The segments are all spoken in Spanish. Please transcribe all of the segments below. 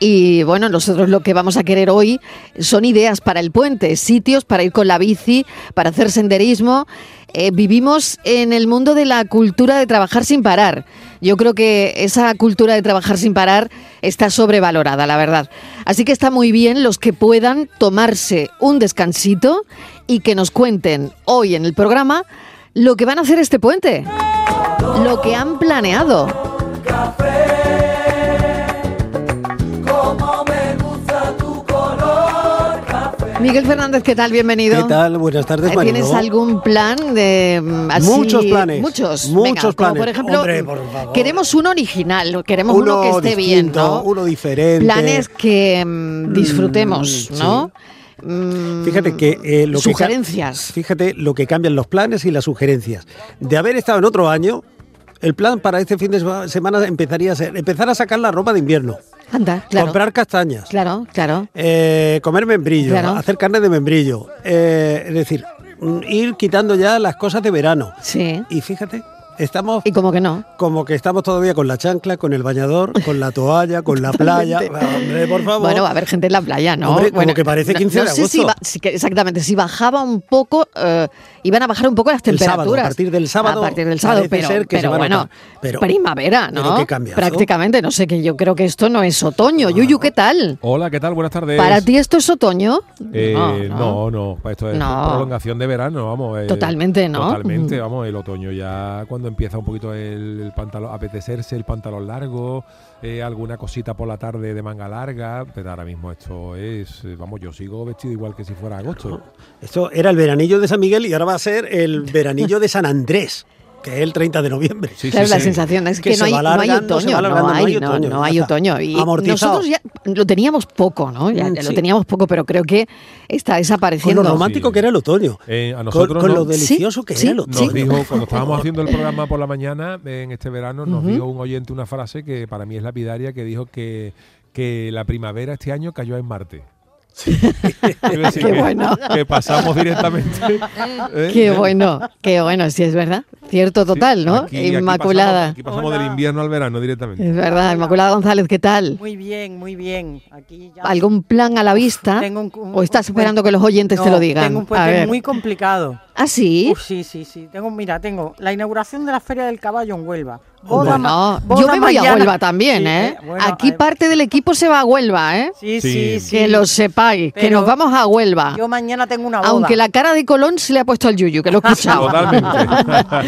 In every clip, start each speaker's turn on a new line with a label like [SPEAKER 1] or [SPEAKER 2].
[SPEAKER 1] Y bueno, nosotros lo que vamos a querer hoy son ideas para el puente, sitios para ir con la bici, para hacer senderismo. Eh, vivimos en el mundo de la cultura de trabajar sin parar. Yo creo que esa cultura de trabajar sin parar está sobrevalorada, la verdad. Así que está muy bien los que puedan tomarse un descansito y que nos cuenten hoy en el programa lo que van a hacer este puente, lo que han planeado. Miguel Fernández, ¿qué tal? Bienvenido. Eh,
[SPEAKER 2] ¿Qué tal? Buenas tardes, Mariló.
[SPEAKER 1] ¿Tienes algún plan de mm, así?
[SPEAKER 2] Muchos planes.
[SPEAKER 1] Muchos.
[SPEAKER 2] Muchos
[SPEAKER 1] Venga, como
[SPEAKER 2] planes.
[SPEAKER 1] por ejemplo,
[SPEAKER 2] Hombre, por favor.
[SPEAKER 1] queremos uno original, queremos uno, que esté bien,
[SPEAKER 2] distinto,
[SPEAKER 1] ¿no?
[SPEAKER 2] Uno diferente.
[SPEAKER 1] Planes que mm, disfrutemos,
[SPEAKER 2] Mm,
[SPEAKER 1] ¿no? Mm,
[SPEAKER 2] Fíjate que eh, lo que ca-
[SPEAKER 1] sugerencias.
[SPEAKER 2] fíjate lo que cambian los planes y las sugerencias. De haber estado en otro año, el plan para este fin de sema- semana empezaría a ser empezar a sacar la ropa de invierno,
[SPEAKER 1] Anda, claro.
[SPEAKER 2] comprar castañas,
[SPEAKER 1] Claro, claro.
[SPEAKER 2] eh, comer membrillo,
[SPEAKER 1] Claro.
[SPEAKER 2] hacer carne de membrillo, eh, es decir, mm, ir quitando ya las cosas de verano.
[SPEAKER 1] Sí.
[SPEAKER 2] Y fíjate, estamos
[SPEAKER 1] Y como que no.
[SPEAKER 2] Como que estamos todavía con la chancla, con el bañador, con la toalla, con la playa. Hombre, por favor.
[SPEAKER 1] Bueno, va a haber gente en la playa, ¿no?
[SPEAKER 2] Hombre, como
[SPEAKER 1] Bueno,
[SPEAKER 2] que parece
[SPEAKER 1] no-
[SPEAKER 2] 15
[SPEAKER 1] no,
[SPEAKER 2] de
[SPEAKER 1] sé si
[SPEAKER 2] agosto.
[SPEAKER 1] ba- si que- exactamente, si bajaba un poco, eh, iban a bajar un poco las
[SPEAKER 2] El sábado, a
[SPEAKER 1] temperaturas.
[SPEAKER 2] partir del sábado
[SPEAKER 1] A partir del sábado,
[SPEAKER 2] parece
[SPEAKER 1] pero,
[SPEAKER 2] ser que se
[SPEAKER 1] pero
[SPEAKER 2] va a
[SPEAKER 1] bueno,
[SPEAKER 2] notar. Pero-
[SPEAKER 1] primavera, ¿no?
[SPEAKER 2] pero qué cambiazo. pues,
[SPEAKER 1] Prácticamente, no sé, que yo creo que esto no es otoño. Yuyu, ¿qué tal?
[SPEAKER 3] Hola, ¿qué tal? Buenas tardes.
[SPEAKER 1] ¿Para ti esto es otoño?
[SPEAKER 3] Eh, no, no, esto es
[SPEAKER 1] No.
[SPEAKER 3] prolongación de verano, vamos. eh,
[SPEAKER 1] Totalmente, ¿no?
[SPEAKER 3] Totalmente,
[SPEAKER 1] Mm.
[SPEAKER 3] vamos, el otoño ya cuando empieza un poquito el, el pantalón, a apetecerse el pantalón largo, eh, alguna cosita por la tarde de manga larga, pero ahora mismo esto es, eh, vamos, yo sigo vestido igual que si fuera agosto.
[SPEAKER 2] Esto era el veranillo de San Miguel y ahora va a ser el veranillo de San Andrés, que es el 30 de noviembre.
[SPEAKER 3] Sí,
[SPEAKER 1] Claro,
[SPEAKER 3] sí,
[SPEAKER 1] la
[SPEAKER 3] sí.
[SPEAKER 1] sensación es
[SPEAKER 2] Que
[SPEAKER 1] que, no,
[SPEAKER 2] se
[SPEAKER 1] hay,
[SPEAKER 2] va
[SPEAKER 1] no hay
[SPEAKER 2] alargando,
[SPEAKER 1] otoño,
[SPEAKER 2] se va alargando,
[SPEAKER 1] no hay, no, no hay
[SPEAKER 2] ya está.
[SPEAKER 1] otoño. Y
[SPEAKER 2] Amortizado.
[SPEAKER 1] nosotros ya lo teníamos poco, ¿no? Ya,
[SPEAKER 2] Mm,
[SPEAKER 1] ya
[SPEAKER 2] sí.
[SPEAKER 1] lo teníamos poco, pero creo que está
[SPEAKER 2] Con
[SPEAKER 1] desapareciendo.
[SPEAKER 2] lo romántico
[SPEAKER 3] Sí.
[SPEAKER 2] que era el otoño.
[SPEAKER 3] Eh, a
[SPEAKER 2] Con-
[SPEAKER 3] nosotros
[SPEAKER 2] con,
[SPEAKER 3] no-
[SPEAKER 2] lo delicioso
[SPEAKER 1] Sí,
[SPEAKER 2] que
[SPEAKER 1] sí,
[SPEAKER 2] era el otoño.
[SPEAKER 3] Nos dijo, cuando estábamos haciendo el programa por la mañana, eh, en este verano, nos dijo un oyente una frase que para mí es lapidaria, que dijo que, que la primavera este año cayó en Marte. Quiero decir
[SPEAKER 1] Qué
[SPEAKER 3] que,
[SPEAKER 1] bueno.
[SPEAKER 3] que pasamos directamente. ¿eh?
[SPEAKER 1] Qué
[SPEAKER 3] Eh,
[SPEAKER 1] bueno, qué bueno, sí es verdad. Cierto
[SPEAKER 3] sí,
[SPEAKER 1] total, ¿no?
[SPEAKER 3] aquí- aquí
[SPEAKER 1] Inmaculada.
[SPEAKER 3] pasamos- Aquí pasamos, del invierno al verano directamente.
[SPEAKER 1] es verdad, Inmaculada González, ¿qué tal?
[SPEAKER 4] Muy bien, muy bien. Aquí ya
[SPEAKER 1] ¿Algún plan a la vista?
[SPEAKER 4] tengo un- un-
[SPEAKER 1] Ah, ¿O estás
[SPEAKER 4] un
[SPEAKER 1] esperando
[SPEAKER 4] puente-
[SPEAKER 1] que los oyentes te
[SPEAKER 4] No,
[SPEAKER 1] lo digan?
[SPEAKER 4] Tengo un
[SPEAKER 1] a
[SPEAKER 4] puente
[SPEAKER 1] ver.
[SPEAKER 4] muy complicado.
[SPEAKER 1] ¿Ah, sí?
[SPEAKER 4] Uf, sí, sí, sí. Tengo, mira, tengo la inauguración de la Feria del Caballo en Huelva.
[SPEAKER 1] Bueno,
[SPEAKER 4] ma-
[SPEAKER 1] yo
[SPEAKER 4] boda
[SPEAKER 1] me voy a
[SPEAKER 4] mañana.
[SPEAKER 1] Huelva también,
[SPEAKER 4] Sí,
[SPEAKER 1] ¿eh?
[SPEAKER 4] bueno,
[SPEAKER 1] Aquí
[SPEAKER 4] eh,
[SPEAKER 1] parte del equipo se va a Huelva, ¿eh?
[SPEAKER 4] Sí,
[SPEAKER 3] Sí.
[SPEAKER 4] sí, sí.
[SPEAKER 1] Que lo sepáis, que
[SPEAKER 4] Pero
[SPEAKER 1] nos vamos a Huelva.
[SPEAKER 4] Yo mañana tengo una boda.
[SPEAKER 1] Aunque la cara de Colón se le ha puesto al Yuyu, que lo he escuchado.
[SPEAKER 3] Totalmente.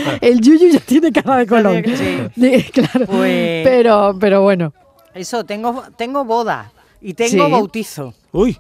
[SPEAKER 1] El Yuyu ya tiene cara de Colón.
[SPEAKER 4] Sí.
[SPEAKER 1] Sí, claro.
[SPEAKER 4] Pues-
[SPEAKER 1] Pero, pero bueno.
[SPEAKER 4] Eso, tengo, tengo boda y tengo
[SPEAKER 1] Sí.
[SPEAKER 4] bautizo.
[SPEAKER 2] Uy,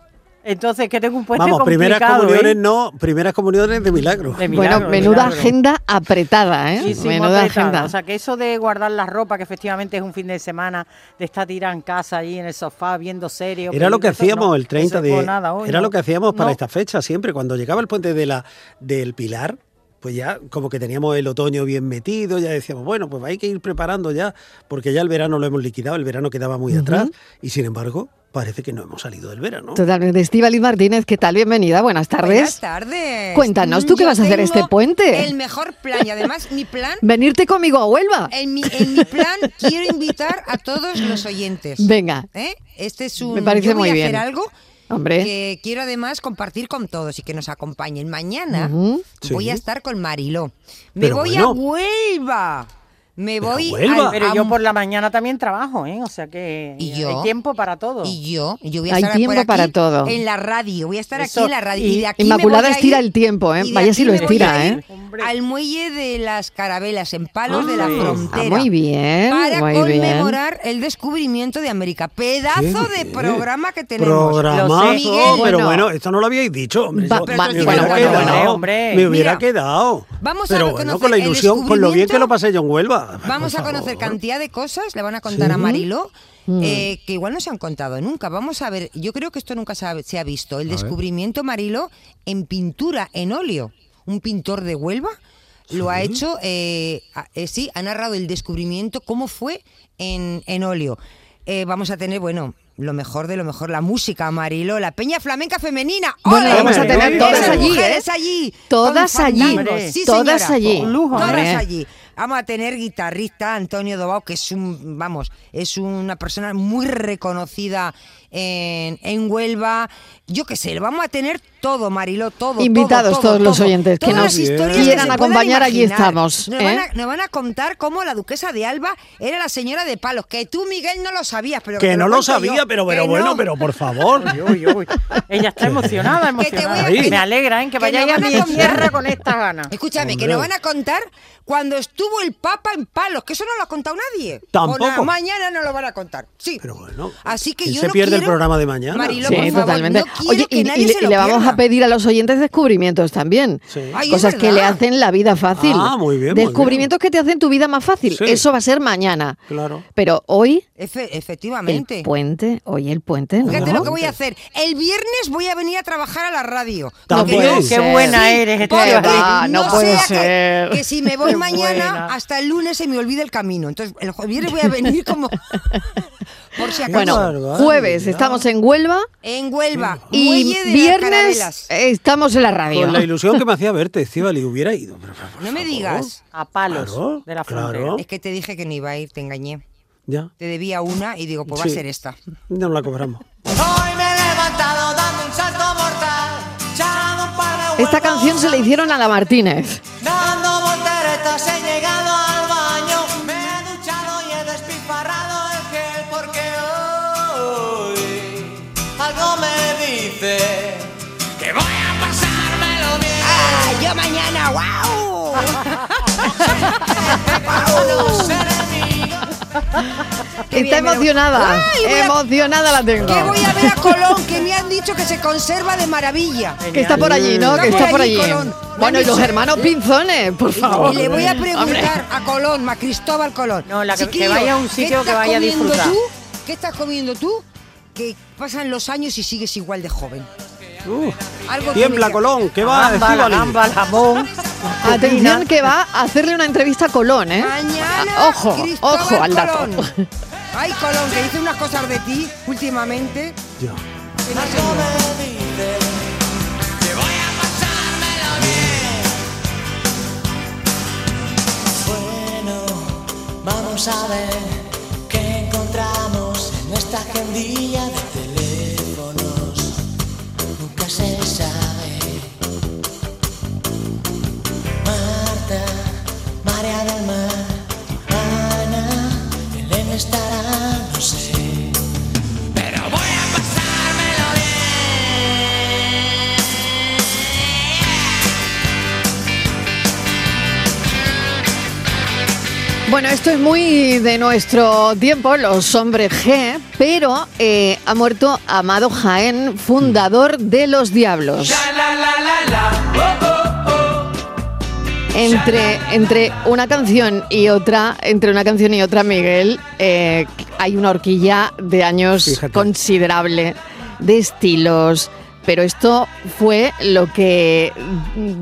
[SPEAKER 4] Entonces, que tengo un puente
[SPEAKER 2] vamos, primeras
[SPEAKER 4] Pues complicado,
[SPEAKER 2] comuniones
[SPEAKER 4] ¿eh?
[SPEAKER 2] no, primeras comuniones de milagro.
[SPEAKER 4] De milagro,
[SPEAKER 1] bueno, menuda
[SPEAKER 4] milagro.
[SPEAKER 1] agenda apretada, ¿eh?
[SPEAKER 4] Sí, sí, muy
[SPEAKER 1] menuda
[SPEAKER 4] apretada.
[SPEAKER 1] agenda.
[SPEAKER 4] O sea, que eso de guardar la ropa, que efectivamente es un fin de semana, de estar tirada en casa ahí en el sofá viendo series. o
[SPEAKER 2] Era lo que
[SPEAKER 4] películas, eso
[SPEAKER 2] hacíamos
[SPEAKER 4] no,
[SPEAKER 2] el 30
[SPEAKER 4] eso no
[SPEAKER 2] de
[SPEAKER 4] nada hoy,
[SPEAKER 2] Era
[SPEAKER 4] no.
[SPEAKER 2] lo que hacíamos para
[SPEAKER 4] No,
[SPEAKER 2] esta fecha siempre cuando llegaba el puente de la del Pilar, pues ya como que teníamos el otoño bien metido, ya decíamos, bueno, pues hay que ir preparando ya porque ya el verano lo hemos liquidado, el verano quedaba muy atrás y sin embargo, parece que no hemos salido del verano.
[SPEAKER 1] Totalmente. Estivaliz Martínez, ¿qué tal? Bienvenida, buenas tardes.
[SPEAKER 5] Buenas tardes.
[SPEAKER 1] Cuéntanos, ¿tú qué
[SPEAKER 5] Yo
[SPEAKER 1] vas a hacer
[SPEAKER 5] tengo
[SPEAKER 1] este puente?
[SPEAKER 5] El mejor plan y además mi plan,
[SPEAKER 1] Venirte conmigo a Huelva.
[SPEAKER 5] en mi, en mi plan quiero invitar a todos los oyentes.
[SPEAKER 1] Venga,
[SPEAKER 5] ¿Eh? Este es un
[SPEAKER 1] Me parece
[SPEAKER 5] yo voy
[SPEAKER 1] muy
[SPEAKER 5] a
[SPEAKER 1] bien.
[SPEAKER 5] hacer algo
[SPEAKER 1] hombre.
[SPEAKER 5] que quiero además compartir con todos y que nos acompañen. Mañana
[SPEAKER 1] Ujú.
[SPEAKER 5] voy
[SPEAKER 2] Sí.
[SPEAKER 5] a estar con Mariló. Me
[SPEAKER 2] Pero
[SPEAKER 5] voy a
[SPEAKER 2] bueno.
[SPEAKER 5] Huelva. Me
[SPEAKER 2] Pero
[SPEAKER 5] voy
[SPEAKER 2] Huelva.
[SPEAKER 5] al-
[SPEAKER 4] Pero
[SPEAKER 5] a-
[SPEAKER 4] yo por la mañana también trabajo, ¿eh? O sea que
[SPEAKER 5] ¿Y
[SPEAKER 4] hay
[SPEAKER 5] yo?
[SPEAKER 4] tiempo para todo.
[SPEAKER 5] y yo, yo voy a
[SPEAKER 1] Hay
[SPEAKER 5] estar
[SPEAKER 1] tiempo
[SPEAKER 5] por
[SPEAKER 1] para
[SPEAKER 5] aquí
[SPEAKER 1] todo.
[SPEAKER 5] En la radio, voy a estar
[SPEAKER 4] Eso,
[SPEAKER 5] aquí en la radio. Y
[SPEAKER 4] y
[SPEAKER 5] de aquí me
[SPEAKER 1] Inmaculada
[SPEAKER 5] voy a
[SPEAKER 1] estira
[SPEAKER 5] ir-
[SPEAKER 1] el tiempo, ¿eh?
[SPEAKER 5] y de
[SPEAKER 1] Vaya si
[SPEAKER 5] aquí
[SPEAKER 1] lo
[SPEAKER 5] me voy
[SPEAKER 1] estira,
[SPEAKER 5] a
[SPEAKER 1] ¿eh?
[SPEAKER 5] ir
[SPEAKER 4] Hombre.
[SPEAKER 5] Al muelle de las carabelas, en Palos de la
[SPEAKER 4] Ah,
[SPEAKER 1] Ah,
[SPEAKER 5] Frontera.
[SPEAKER 1] muy bien,
[SPEAKER 5] Para
[SPEAKER 1] muy bien.
[SPEAKER 5] conmemorar el descubrimiento de América. Pedazo de programa que tenemos.
[SPEAKER 2] Programazo,
[SPEAKER 5] Lo sé, Miguel.
[SPEAKER 2] pero
[SPEAKER 1] Bueno.
[SPEAKER 2] bueno, esto no lo habíais dicho, hombre.
[SPEAKER 1] Va-
[SPEAKER 2] yo-
[SPEAKER 5] pero
[SPEAKER 2] me
[SPEAKER 5] esto
[SPEAKER 2] hubiera
[SPEAKER 5] es bueno,
[SPEAKER 2] quedado,
[SPEAKER 5] bueno,
[SPEAKER 4] hombre.
[SPEAKER 2] me hubiera
[SPEAKER 5] Mira,
[SPEAKER 2] quedado.
[SPEAKER 5] vamos a
[SPEAKER 2] pero bueno,
[SPEAKER 5] reconocer
[SPEAKER 2] con la
[SPEAKER 5] el
[SPEAKER 2] ilusión, con lo bien que
[SPEAKER 5] descubrimiento.
[SPEAKER 2] lo pasé yo en Huelva.
[SPEAKER 5] Vamos
[SPEAKER 2] Por
[SPEAKER 5] a conocer
[SPEAKER 2] favor.
[SPEAKER 5] cantidad de cosas, le van a contar a Mariló,
[SPEAKER 1] Mm.
[SPEAKER 5] eh, que igual no se han contado nunca. Vamos a ver, yo creo que esto nunca se ha, se ha visto. El
[SPEAKER 3] ver.
[SPEAKER 5] descubrimiento, Mariló, en pintura, en óleo. Un pintor de Huelva lo ha hecho, eh, a- eh, sí, ha narrado el descubrimiento, cómo fue en, en óleo. Eh, vamos a tener, bueno, lo mejor de lo mejor, la música, Mariló, la peña flamenca femenina.
[SPEAKER 1] Bueno,
[SPEAKER 5] ¡Ole!
[SPEAKER 1] la vamos a tener
[SPEAKER 2] Hombre,
[SPEAKER 1] todas
[SPEAKER 5] Esas
[SPEAKER 1] allí, ¿eh?
[SPEAKER 5] mujeres allí, con
[SPEAKER 1] Todas allí,
[SPEAKER 5] fandangos. Sí,
[SPEAKER 1] todas
[SPEAKER 5] señora.
[SPEAKER 1] allí.
[SPEAKER 4] Un lujo,
[SPEAKER 5] Todas
[SPEAKER 1] Hombre.
[SPEAKER 5] allí. Vamos a tener guitarrista Antonio Dobao, que es un, vamos, es una persona muy reconocida en, en Huelva. Yo qué sé, vamos a tener todo, Mariló, todo.
[SPEAKER 1] Invitados
[SPEAKER 5] todo, todo,
[SPEAKER 1] todos los
[SPEAKER 5] todo.
[SPEAKER 1] oyentes que
[SPEAKER 5] Todas
[SPEAKER 1] nos
[SPEAKER 5] las historias que
[SPEAKER 1] quieran
[SPEAKER 5] se puedan
[SPEAKER 1] acompañar, allí
[SPEAKER 5] imaginar.
[SPEAKER 1] estamos,
[SPEAKER 5] Nos van a-
[SPEAKER 1] ¿eh?
[SPEAKER 5] nos van a contar cómo la duquesa de Alba era la señora de palos, que tú, Miguel, no lo sabías, pero
[SPEAKER 2] Que
[SPEAKER 5] te
[SPEAKER 2] no lo
[SPEAKER 5] cuento
[SPEAKER 2] sabía,
[SPEAKER 5] yo.
[SPEAKER 2] pero, pero
[SPEAKER 5] Que
[SPEAKER 2] bueno,
[SPEAKER 5] no.
[SPEAKER 2] pero por favor.
[SPEAKER 4] Uy, uy. Ella está emocionada,
[SPEAKER 5] Que te voy a-
[SPEAKER 4] emocionada.
[SPEAKER 2] Ahí.
[SPEAKER 4] Me alegra, ¿eh? Que
[SPEAKER 5] Que
[SPEAKER 4] vayáis
[SPEAKER 5] nos
[SPEAKER 4] a
[SPEAKER 5] van a
[SPEAKER 4] mi
[SPEAKER 5] comer.
[SPEAKER 4] tierra con estas ganas.
[SPEAKER 5] Escúchame,
[SPEAKER 2] Hombre.
[SPEAKER 5] que nos van a contar cuando estuvo el Papa en palos, que eso no lo ha contado nadie.
[SPEAKER 2] Tampoco.
[SPEAKER 5] O na- mañana no lo van a contar. Sí.
[SPEAKER 2] Pero bueno,
[SPEAKER 5] Así que
[SPEAKER 2] ¿quién
[SPEAKER 5] yo
[SPEAKER 2] se
[SPEAKER 5] no
[SPEAKER 2] pierde el
[SPEAKER 5] quiero-
[SPEAKER 2] programa de mañana?
[SPEAKER 5] Mariló,
[SPEAKER 1] Sí,
[SPEAKER 5] por favor,
[SPEAKER 1] totalmente.
[SPEAKER 5] no quiero
[SPEAKER 1] Oye,
[SPEAKER 5] que
[SPEAKER 1] y,
[SPEAKER 5] nadie
[SPEAKER 1] y le-
[SPEAKER 5] se
[SPEAKER 1] y
[SPEAKER 5] lo
[SPEAKER 1] le vamos
[SPEAKER 5] pierda.
[SPEAKER 1] a pedir a los oyentes descubrimientos también.
[SPEAKER 2] Sí.
[SPEAKER 5] Ay, es
[SPEAKER 1] Cosas que le
[SPEAKER 5] verdad.
[SPEAKER 1] hacen la vida fácil.
[SPEAKER 2] Ah, muy bien, muy
[SPEAKER 1] Descubrimientos que te hacen tu vida más fácil.
[SPEAKER 2] Sí.
[SPEAKER 1] Eso va a ser mañana.
[SPEAKER 2] Claro.
[SPEAKER 1] Pero hoy,
[SPEAKER 5] Efe-
[SPEAKER 1] el
[SPEAKER 5] efectivamente.
[SPEAKER 1] puente, hoy el puente, ¿no?
[SPEAKER 5] Fíjate lo que voy a hacer. El viernes voy a venir a trabajar a la radio.
[SPEAKER 2] También.
[SPEAKER 5] Porque no-
[SPEAKER 2] Qué
[SPEAKER 5] Sí,
[SPEAKER 4] buena eres, Esther.
[SPEAKER 5] porque
[SPEAKER 4] Qué
[SPEAKER 1] va, no puede
[SPEAKER 5] sea que-
[SPEAKER 1] ser.
[SPEAKER 5] Que, si me voy
[SPEAKER 4] Qué
[SPEAKER 5] mañana,
[SPEAKER 4] buena.
[SPEAKER 5] hasta el lunes se me olvida el camino. Entonces, el jue- viernes voy a venir como... Por si acaso.
[SPEAKER 1] Bueno,
[SPEAKER 2] barbaridad.
[SPEAKER 1] jueves estamos en Huelva
[SPEAKER 5] en Huelva.
[SPEAKER 1] y
[SPEAKER 5] Muelle de las
[SPEAKER 1] viernes
[SPEAKER 5] Carabelas.
[SPEAKER 1] eh, estamos en la radio.
[SPEAKER 2] Con la ilusión que me hacía verte, Estíbali, hubiera ido. pero, por
[SPEAKER 5] No me
[SPEAKER 2] favor.
[SPEAKER 5] digas.
[SPEAKER 4] A palos
[SPEAKER 2] Claro,
[SPEAKER 4] de la
[SPEAKER 2] claro.
[SPEAKER 4] frontera.
[SPEAKER 5] Es que te dije que no iba a ir, te engañé.
[SPEAKER 2] Ya.
[SPEAKER 5] Te debía una y digo, pues va
[SPEAKER 2] Sí.
[SPEAKER 5] a ser esta.
[SPEAKER 2] No la cobramos.
[SPEAKER 6] Hoy me he levantado dando un salto mortal, ya dando un par de
[SPEAKER 1] Esta
[SPEAKER 6] vueltas,
[SPEAKER 1] canción se le hicieron a la Martínez.
[SPEAKER 6] Dando volteretas he llegado al baño, me he duchado y he despilfarrado el gel porque hoy algo me dice que voy a pasármelo bien.
[SPEAKER 5] ¡Ah, yo mañana! ¡Wow!
[SPEAKER 6] Los enemigos
[SPEAKER 5] Ah,
[SPEAKER 1] Está emocionada. Emocionada la tengo.
[SPEAKER 5] Que voy a ver a Colón, que me han dicho que se conserva de maravilla.
[SPEAKER 1] Que está por allí, ¿no?
[SPEAKER 5] Está
[SPEAKER 1] Que está
[SPEAKER 5] por
[SPEAKER 1] por allí.
[SPEAKER 5] allí, Colón.
[SPEAKER 1] Bueno, y los hermanos Pinzones, por favor.
[SPEAKER 5] Y le voy a preguntar
[SPEAKER 1] Hombre.
[SPEAKER 5] a Colón, a Cristóbal Colón.
[SPEAKER 4] No, la que- que
[SPEAKER 5] Chiquillo,
[SPEAKER 4] vaya a un sitio
[SPEAKER 5] ¿qué
[SPEAKER 4] que
[SPEAKER 5] estás
[SPEAKER 4] vaya a
[SPEAKER 5] comiendo
[SPEAKER 4] disfrutar.
[SPEAKER 5] Tú? ¿Qué estás comiendo tú? Que pasan los años y sigues igual de joven.
[SPEAKER 2] Uh,
[SPEAKER 5] Algo que
[SPEAKER 2] tiembla
[SPEAKER 5] me-
[SPEAKER 2] Colón, ¿qué va,
[SPEAKER 4] Gamba, la
[SPEAKER 2] Estíbali?
[SPEAKER 4] gamba, el jamón.
[SPEAKER 1] Atención que va a hacerle una entrevista a Colón, ¿eh?
[SPEAKER 5] Mañana,
[SPEAKER 1] Ah, Ojo,
[SPEAKER 5] Cristóbal
[SPEAKER 1] ojo al dato.
[SPEAKER 5] Colón. Ay, Colón, que dice unas cosas de ti últimamente.
[SPEAKER 2] Ya.
[SPEAKER 5] que no sé yo.
[SPEAKER 6] me dicen que voy a pasármelo bien. Bueno, vamos a ver qué encontramos en esta agendilla de teléfonos. Nunca se sabe. Marta, María del Mar, Ana, Elena estará, no sé. Pero voy a pasármelo bien.
[SPEAKER 1] Bueno, esto es muy de nuestro tiempo, los hombres G, pero eh, ha muerto Amado Jaén, fundador de Los Diablos. Entre, entre una canción y otra, entre una canción y otra, Miguel, eh, hay una horquilla de años
[SPEAKER 2] Fíjate.
[SPEAKER 1] considerable, de estilos, pero esto fue lo que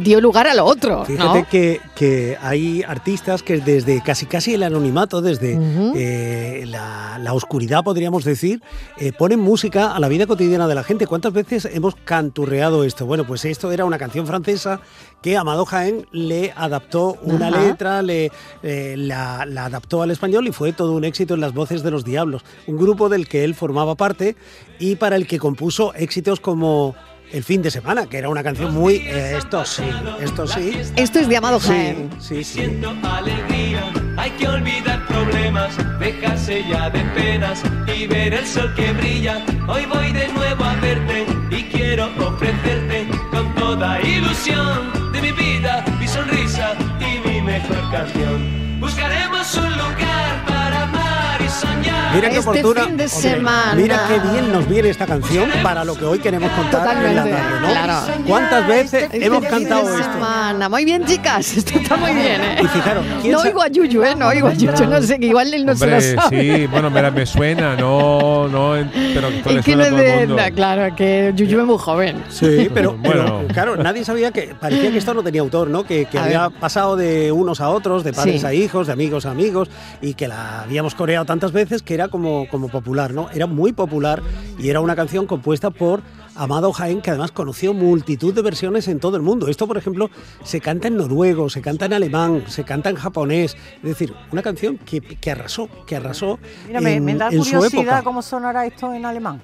[SPEAKER 1] dio lugar a lo otro,
[SPEAKER 2] Fíjate
[SPEAKER 1] ¿no?
[SPEAKER 2] que, que hay artistas que desde casi casi el anonimato, desde eh, la, la oscuridad, podríamos decir, eh, ponen música a la vida cotidiana de la gente. ¿Cuántas veces hemos canturreado esto? Bueno, pues esto era una canción francesa que Amado Jaén le adaptó una
[SPEAKER 1] Ajá.
[SPEAKER 2] letra, le, eh, la, la adaptó al español y fue todo un éxito en las voces de los Diablos, un grupo del que él formaba parte y para el que compuso éxitos como... El fin de semana, que era una canción muy... eh, esto sí, esto sí.
[SPEAKER 1] Esto es de Amado Jaén.
[SPEAKER 2] Sí, sí, sí.
[SPEAKER 7] Siento alegría, hay que olvidar problemas, dejarse ya de penas y ver el sol que brilla. Hoy voy de nuevo a verte y quiero ofrecerte con toda ilusión de mi vida, mi sonrisa y mi mejor canción. Buscaremos un lugar para amar y soñar.
[SPEAKER 2] Mira qué
[SPEAKER 1] Este
[SPEAKER 2] oportuna.
[SPEAKER 1] fin de
[SPEAKER 2] Hombre,
[SPEAKER 1] semana.
[SPEAKER 2] Mira qué bien nos viene esta canción para lo que hoy queremos contar en la
[SPEAKER 1] Totalmente,
[SPEAKER 2] tarde, ¿no?
[SPEAKER 1] claro.
[SPEAKER 2] ¿Cuántas veces
[SPEAKER 1] Este
[SPEAKER 2] hemos
[SPEAKER 1] fin
[SPEAKER 2] cantado
[SPEAKER 1] de
[SPEAKER 2] esto?
[SPEAKER 1] semana. Muy bien, chicas. Esto está muy bien, ¿eh?
[SPEAKER 2] Y fijaros, ¿quién
[SPEAKER 1] no
[SPEAKER 2] sa-
[SPEAKER 1] oigo a Yuyu, ¿eh? No oigo a Yuyu. No sé, que igual él no
[SPEAKER 3] Hombre,
[SPEAKER 1] se lo sabe.
[SPEAKER 3] sí, bueno, me, la- me suena, no, no, en- pero esto le
[SPEAKER 1] Y que no
[SPEAKER 3] suena a
[SPEAKER 1] es
[SPEAKER 3] todo el
[SPEAKER 1] de...
[SPEAKER 3] mundo.
[SPEAKER 1] no, claro, que Yuyu es muy joven.
[SPEAKER 2] Sí, pero, pero,
[SPEAKER 3] Bueno.
[SPEAKER 2] claro, nadie sabía que parecía que esto no tenía autor, ¿no? Que, que
[SPEAKER 1] A
[SPEAKER 2] había
[SPEAKER 1] ver.
[SPEAKER 2] pasado de unos a otros, de padres
[SPEAKER 1] Sí.
[SPEAKER 2] a hijos, de amigos a amigos, y que la habíamos coreado tantas veces que era como, como popular, ¿no? Era muy popular y era una canción compuesta por Amado Jaén, que además conoció multitud de versiones en todo el mundo. Esto, por ejemplo, se canta en noruego, se canta en alemán, se canta en japonés. Es decir, una canción que, que arrasó, que arrasó
[SPEAKER 4] Mira, me,
[SPEAKER 2] en,
[SPEAKER 4] me da
[SPEAKER 2] en su época.
[SPEAKER 4] curiosidad cómo sonará esto en alemán.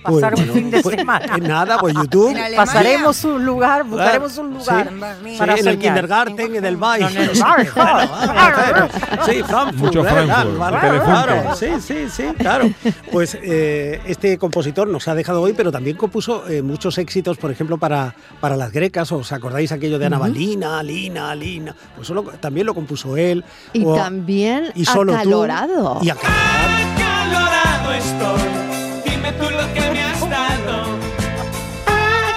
[SPEAKER 2] Pues,
[SPEAKER 4] Pasar un
[SPEAKER 2] bueno,
[SPEAKER 4] fin de
[SPEAKER 2] pues,
[SPEAKER 4] semana.
[SPEAKER 2] eh, Nada, pues YouTube. Ah,
[SPEAKER 5] En Alemania.
[SPEAKER 4] Pasaremos un lugar, buscaremos un lugar.
[SPEAKER 5] Sí,
[SPEAKER 4] para
[SPEAKER 2] sí, en el
[SPEAKER 4] soñar.
[SPEAKER 2] kindergarten, en el baile.
[SPEAKER 4] En el bar.
[SPEAKER 2] Sí, Frankfurt.
[SPEAKER 3] Mucho
[SPEAKER 2] ¿verdad?
[SPEAKER 3] Frankfurt,
[SPEAKER 2] Claro,
[SPEAKER 3] el
[SPEAKER 2] claro, sí,
[SPEAKER 3] Telefunken.
[SPEAKER 2] sí, sí, claro. Pues eh, este compositor nos ha dejado hoy, pero también compuso eh, muchos éxitos, por ejemplo, para, para las grecas. ¿Os acordáis aquello de Ana Balina, Lina, Lina? Pues solo- también lo compuso él.
[SPEAKER 1] Y
[SPEAKER 2] O-
[SPEAKER 1] también
[SPEAKER 2] y solo tú.
[SPEAKER 1] acalorado.
[SPEAKER 2] Y acalorado.
[SPEAKER 7] Acalorado estoy, dime tú lo que me has dado.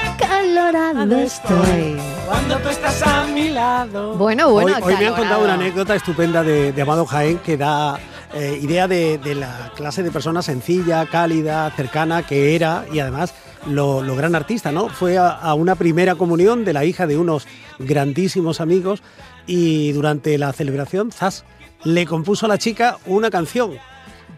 [SPEAKER 1] Acalorado estoy.
[SPEAKER 7] Cuando tú estás a mi lado.
[SPEAKER 1] Bueno, bueno,
[SPEAKER 2] hoy, hoy me han
[SPEAKER 1] acalorado.
[SPEAKER 2] contado una anécdota estupenda de, de Amado Jaén que da eh, idea de, de la clase de persona sencilla, cálida, cercana que era y además lo, lo gran artista, ¿no? Fue a, a una primera comunión de la hija de unos grandísimos amigos y durante la celebración, zas, le compuso a la chica una canción.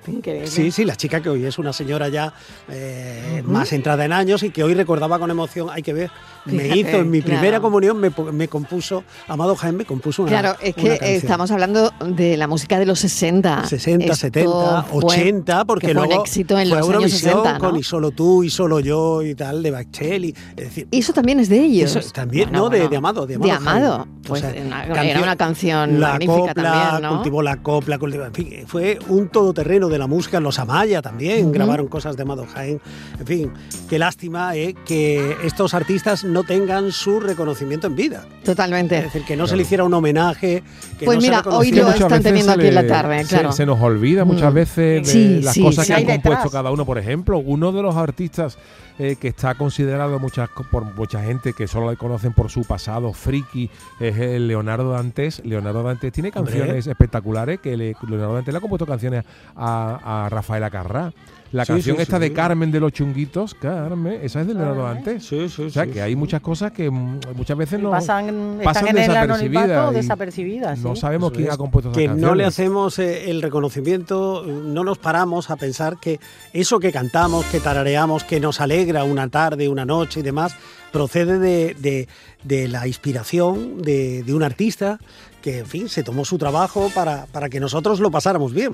[SPEAKER 1] Increíble.
[SPEAKER 2] Sí, sí, la chica que hoy es una señora ya eh, más entrada en años y que hoy recordaba con emoción, hay que ver, me
[SPEAKER 1] Fíjate,
[SPEAKER 2] hizo en mi primera
[SPEAKER 1] claro.
[SPEAKER 2] comunión, me, pu- me compuso, Amado Jaén me compuso una
[SPEAKER 1] Claro, es
[SPEAKER 2] una
[SPEAKER 1] que
[SPEAKER 2] canción.
[SPEAKER 1] estamos hablando de la música de los 60. Ah,
[SPEAKER 2] 60,
[SPEAKER 1] Esto
[SPEAKER 2] 70,
[SPEAKER 1] fue-
[SPEAKER 2] 80, porque
[SPEAKER 1] que fue
[SPEAKER 2] luego
[SPEAKER 1] un éxito en
[SPEAKER 2] fue
[SPEAKER 1] los años
[SPEAKER 2] Eurovisión
[SPEAKER 1] 60, ¿no?
[SPEAKER 2] con Y solo tú, y solo yo y tal, de Bacheli, es decir,
[SPEAKER 1] Y eso también es de ellos.
[SPEAKER 2] Eso también, ¿no? De- de Amado, de Amado Jaén. O
[SPEAKER 1] Pues
[SPEAKER 2] sea,
[SPEAKER 1] era una-
[SPEAKER 2] canción-
[SPEAKER 1] era una canción
[SPEAKER 2] la
[SPEAKER 1] magnífica
[SPEAKER 2] copla,
[SPEAKER 1] también, ¿no?
[SPEAKER 2] cultivó la copla, cultivó- en fin, fue un todoterreno de la música, los Amaya también grabaron cosas de Amado Jaén, en fin, qué lástima eh, que estos artistas no tengan su reconocimiento en vida, es
[SPEAKER 1] Totalmente.
[SPEAKER 2] decir, que no se le hiciera un homenaje, que
[SPEAKER 1] Pues
[SPEAKER 2] no
[SPEAKER 1] mira,
[SPEAKER 2] se reconociera-
[SPEAKER 1] hoy lo
[SPEAKER 3] muchas
[SPEAKER 1] están
[SPEAKER 3] veces
[SPEAKER 1] teniendo
[SPEAKER 3] se
[SPEAKER 1] aquí en la
[SPEAKER 3] le-
[SPEAKER 1] tarde,
[SPEAKER 3] se-
[SPEAKER 1] claro. Mm.
[SPEAKER 3] Se, nos olvida muchas veces de
[SPEAKER 1] Sí,
[SPEAKER 3] las
[SPEAKER 1] sí,
[SPEAKER 3] cosas
[SPEAKER 1] sí.
[SPEAKER 3] que han
[SPEAKER 1] Hay
[SPEAKER 4] detrás.
[SPEAKER 3] compuesto cada uno. Por ejemplo, uno de los artistas eh, que está considerado muchas, co- por mucha gente que solo le conocen por su pasado friki es el Leonardo Dantes. Leonardo Dantes tiene
[SPEAKER 2] Hombre.
[SPEAKER 3] canciones espectaculares que le- Leonardo Dantes le ha compuesto canciones a, a Rafael Acarrá. La
[SPEAKER 2] Sí,
[SPEAKER 3] canción
[SPEAKER 2] sí,
[SPEAKER 3] esta
[SPEAKER 2] sí,
[SPEAKER 3] de
[SPEAKER 2] sí.
[SPEAKER 3] Carmen de los Chunguitos, Carmen, esa es de Leonardo Dantes.
[SPEAKER 2] Sí, sí,
[SPEAKER 3] O sea
[SPEAKER 2] sí,
[SPEAKER 3] que
[SPEAKER 2] sí.
[SPEAKER 3] hay muchas cosas que mm, muchas veces no
[SPEAKER 4] Pasan,
[SPEAKER 3] pasan
[SPEAKER 4] están en el anonimato
[SPEAKER 3] y
[SPEAKER 4] desapercibidas.
[SPEAKER 3] No
[SPEAKER 4] sí.
[SPEAKER 3] sabemos
[SPEAKER 2] Eso
[SPEAKER 3] quién
[SPEAKER 2] es,
[SPEAKER 3] ha compuesto esas
[SPEAKER 2] que no le
[SPEAKER 3] canciones.
[SPEAKER 2] hacemos eh, el reconocimiento, no nos paramos a pensar que eso que cantamos, que tarareamos, que nos alegra una tarde, una noche y demás, procede de, de- de la inspiración de, de un artista que, en fin, se tomó su trabajo para, para que nosotros lo pasáramos bien.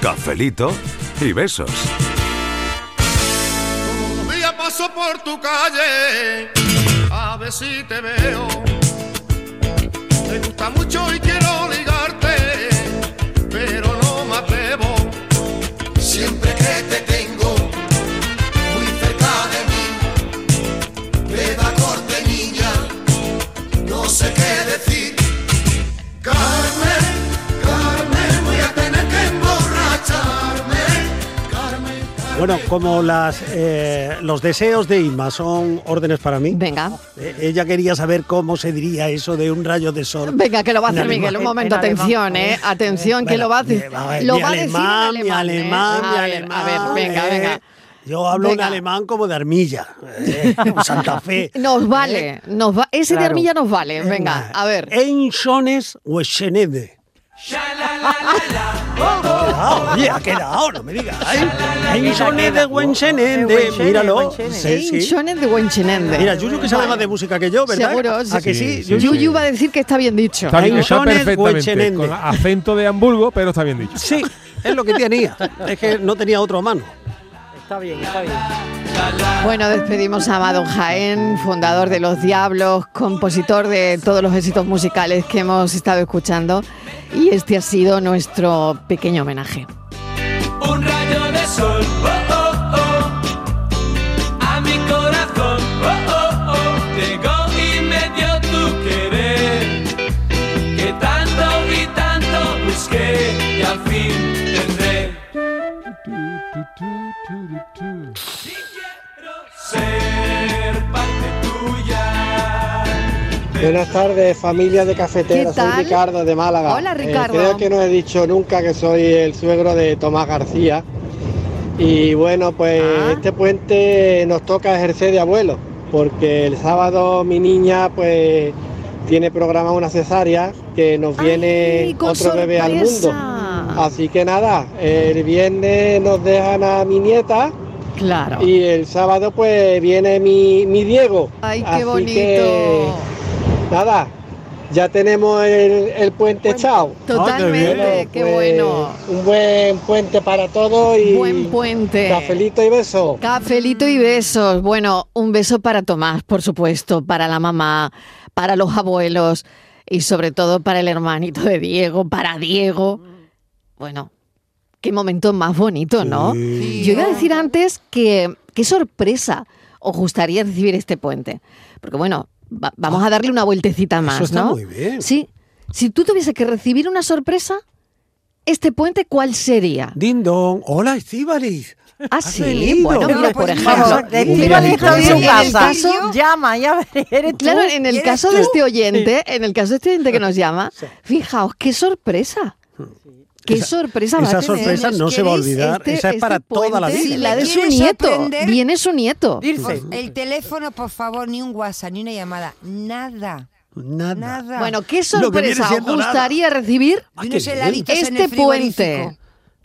[SPEAKER 8] Cafelito y besos.
[SPEAKER 9] Un día paso por tu calle, a ver si te veo. Te gusta mucho y quiero ligarte, pero no me atrevo. Siempre que te tengo muy cerca de mí, me da corte niña, no sé qué decir. Carmen, Carmen, voy a tener que emborracharme. Carmen.
[SPEAKER 2] Bueno, como las, eh, los deseos de Inma son órdenes para mí,
[SPEAKER 1] Venga,
[SPEAKER 2] eh, ella quería saber cómo se diría eso de un rayo de sol.
[SPEAKER 1] venga, que lo va a
[SPEAKER 2] En
[SPEAKER 1] hacer
[SPEAKER 2] alemán. pues,
[SPEAKER 1] Miguel. Un momento,
[SPEAKER 4] En alemán.
[SPEAKER 1] atención, ¿eh? Atención, que
[SPEAKER 2] Bueno,
[SPEAKER 1] lo va a decir.
[SPEAKER 2] eh, ver,
[SPEAKER 1] Lo
[SPEAKER 2] mi
[SPEAKER 1] va a decir en
[SPEAKER 2] alemán, mi
[SPEAKER 1] alemán, ¿eh?
[SPEAKER 2] alemán, mi
[SPEAKER 1] A ver,
[SPEAKER 2] alemán,
[SPEAKER 1] A ver, venga,
[SPEAKER 2] eh.
[SPEAKER 1] venga.
[SPEAKER 2] Yo hablo
[SPEAKER 1] Venga.
[SPEAKER 2] un alemán como de armilla, eh, como Santa Fe. ¿Eh?
[SPEAKER 1] Nos vale, nos va- ese de
[SPEAKER 4] Claro.
[SPEAKER 1] armilla nos vale. Venga, a ver.
[SPEAKER 2] Enchones o Schenede. Ah, oye, ha quedado, no me digas. Enchones o Enschenede,
[SPEAKER 4] Wenschenede,
[SPEAKER 2] míralo.
[SPEAKER 4] Wenschenede.
[SPEAKER 2] Sí, sí.
[SPEAKER 1] Enchones de Buenchenende.
[SPEAKER 2] Mira, Yuyu que sabe más de música que yo, ¿verdad?
[SPEAKER 1] Seguro,
[SPEAKER 2] ¿A que sí?
[SPEAKER 3] Sí, sí.
[SPEAKER 2] Yuyu?
[SPEAKER 1] Yuyu va a decir que está bien dicho.
[SPEAKER 3] Está, bien, está
[SPEAKER 2] Enchones,
[SPEAKER 3] perfectamente.
[SPEAKER 2] Huechenende.
[SPEAKER 3] Con acento de Hamburgo, pero está bien dicho.
[SPEAKER 2] Sí, es lo que tenía. Es que no tenía otro a mano.
[SPEAKER 4] Está bien, está bien.
[SPEAKER 1] Bueno, despedimos a Amado Jaén, fundador de Los Diablos, compositor de todos los éxitos musicales que hemos estado escuchando. Y este ha sido nuestro pequeño homenaje.
[SPEAKER 7] un rayo de sol, oh, oh, oh, a mi corazón, oh, oh, oh, llegó y me dio tu querer, que tanto y tanto busqué y al fin tendré. Quiero ser parte tuya.
[SPEAKER 10] Buenas tardes, familia de
[SPEAKER 1] ¿Qué
[SPEAKER 10] cafeteros. Soy
[SPEAKER 1] tal?
[SPEAKER 10] Ricardo de Málaga.
[SPEAKER 1] Hola,
[SPEAKER 10] Eh,
[SPEAKER 1] Ricardo.
[SPEAKER 10] creo que no he dicho nunca que soy el suegro de Tomás García. Y bueno, pues
[SPEAKER 1] Ah.
[SPEAKER 10] este puente nos toca ejercer de abuelo, porque el sábado mi niña pues tiene programa una cesárea que nos viene
[SPEAKER 1] con
[SPEAKER 10] otro bebé al mundo.
[SPEAKER 1] sorpresa.
[SPEAKER 10] Así que nada, el viernes nos dejan a mi nieta
[SPEAKER 1] Claro.
[SPEAKER 10] y el sábado pues viene mi, mi Diego.
[SPEAKER 1] Ay, qué
[SPEAKER 10] Así
[SPEAKER 1] bonito.
[SPEAKER 10] que, nada, ya tenemos el, el puente chao.
[SPEAKER 1] Ah, Totalmente, qué
[SPEAKER 10] pues,
[SPEAKER 1] bueno.
[SPEAKER 10] Un buen puente para todos y
[SPEAKER 1] Buen puente.
[SPEAKER 10] cafelito y beso.
[SPEAKER 1] Cafelito y besos. Bueno, un beso para Tomás, por supuesto, para la mamá, para los abuelos y sobre todo para el hermanito de Diego, para Diego. Bueno, qué momento más bonito, ¿no? Yo iba a decir antes que qué sorpresa os gustaría recibir este puente. Porque bueno, va- vamos a darle una vueltecita más,
[SPEAKER 2] está
[SPEAKER 1] ¿no?
[SPEAKER 2] muy bien.
[SPEAKER 1] Sí. Si tú tuvieses que recibir una sorpresa, este puente, ¿cuál sería?
[SPEAKER 2] Ding dong. Hola, Estíbaliz.
[SPEAKER 1] Ah,
[SPEAKER 2] ¿Has
[SPEAKER 1] sí,
[SPEAKER 2] venido?
[SPEAKER 1] bueno,
[SPEAKER 5] Pero,
[SPEAKER 1] mira,
[SPEAKER 5] pues,
[SPEAKER 1] por
[SPEAKER 5] por
[SPEAKER 1] ejemplo.
[SPEAKER 5] favor,
[SPEAKER 4] de
[SPEAKER 2] un
[SPEAKER 4] Estíbaliz
[SPEAKER 2] viaje
[SPEAKER 4] está en su
[SPEAKER 1] en el
[SPEAKER 4] casa.
[SPEAKER 1] caso-
[SPEAKER 4] Llama, ya veré.
[SPEAKER 1] Claro, en el
[SPEAKER 5] ¿Eres
[SPEAKER 1] caso
[SPEAKER 5] tú?
[SPEAKER 1] de este oyente, en el caso de este oyente que nos llama, fijaos qué sorpresa. Qué
[SPEAKER 2] Hmm. Esa-
[SPEAKER 1] sorpresa va a
[SPEAKER 2] Esa
[SPEAKER 1] tener.
[SPEAKER 2] sorpresa no se va a olvidar.
[SPEAKER 1] Este-
[SPEAKER 2] Esa es
[SPEAKER 1] este
[SPEAKER 2] para toda la
[SPEAKER 1] puente,
[SPEAKER 2] vida.
[SPEAKER 1] La de su
[SPEAKER 5] ¿Quieres
[SPEAKER 1] nieto.
[SPEAKER 5] sorprender?
[SPEAKER 1] Viene su nieto. Pues,
[SPEAKER 5] Por-
[SPEAKER 4] Irse.
[SPEAKER 5] el teléfono, por favor, ni un WhatsApp, ni una llamada, nada,
[SPEAKER 2] Nada.
[SPEAKER 5] nada.
[SPEAKER 1] Bueno, qué
[SPEAKER 2] Lo que viene
[SPEAKER 1] sorpresa os
[SPEAKER 2] siendo nada.
[SPEAKER 1] gustaría recibir
[SPEAKER 2] Ah,
[SPEAKER 5] Y
[SPEAKER 2] qué
[SPEAKER 5] unos heladitos en
[SPEAKER 1] este
[SPEAKER 5] el frigorífico.
[SPEAKER 1] puente.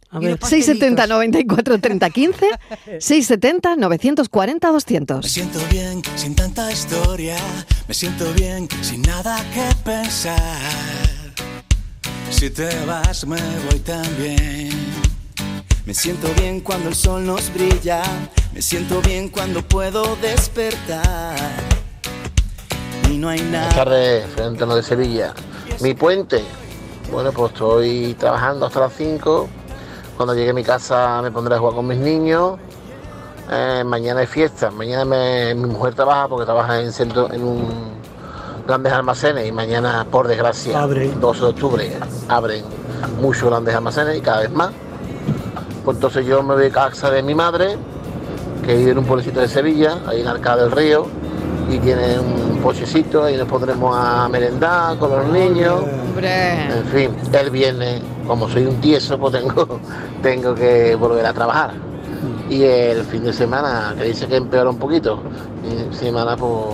[SPEAKER 2] A
[SPEAKER 5] Y
[SPEAKER 2] ver.
[SPEAKER 5] unos pastelitos.
[SPEAKER 1] 670 94 30 15 670 940 200.
[SPEAKER 6] Me siento bien sin tanta historia, me siento bien sin nada que pensar. Si te vas me voy también. Me siento bien cuando el sol nos brilla, me siento bien cuando puedo despertar. Y no hay nada.
[SPEAKER 8] Buenas tardes, Frente de Sevilla. Mi puente. Bueno, pues estoy trabajando hasta las 5. Cuando llegue a mi casa me pondré a jugar con mis niños. Eh, mañana es fiesta. Mañana me- mi mujer trabaja porque trabaja en centro en un grandes almacenes y mañana, por desgracia,
[SPEAKER 2] Abren.
[SPEAKER 8] 12 de octubre, abren muchos grandes almacenes y cada vez más. Pues entonces yo me voy a casa de mi madre, que vive en un pueblecito de Sevilla, ahí en Arcada del Río, y tiene un pochecito y nos pondremos a merendar con los niños.
[SPEAKER 1] Hombre.
[SPEAKER 8] En fin, el viernes, como soy un tieso, pues tengo, tengo que volver a trabajar. Y el fin de semana, que dice que empeora un poquito, y semana pues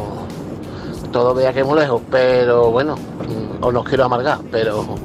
[SPEAKER 8] todo vea que muy lejos, pero bueno, mm, os los quiero amargar, pero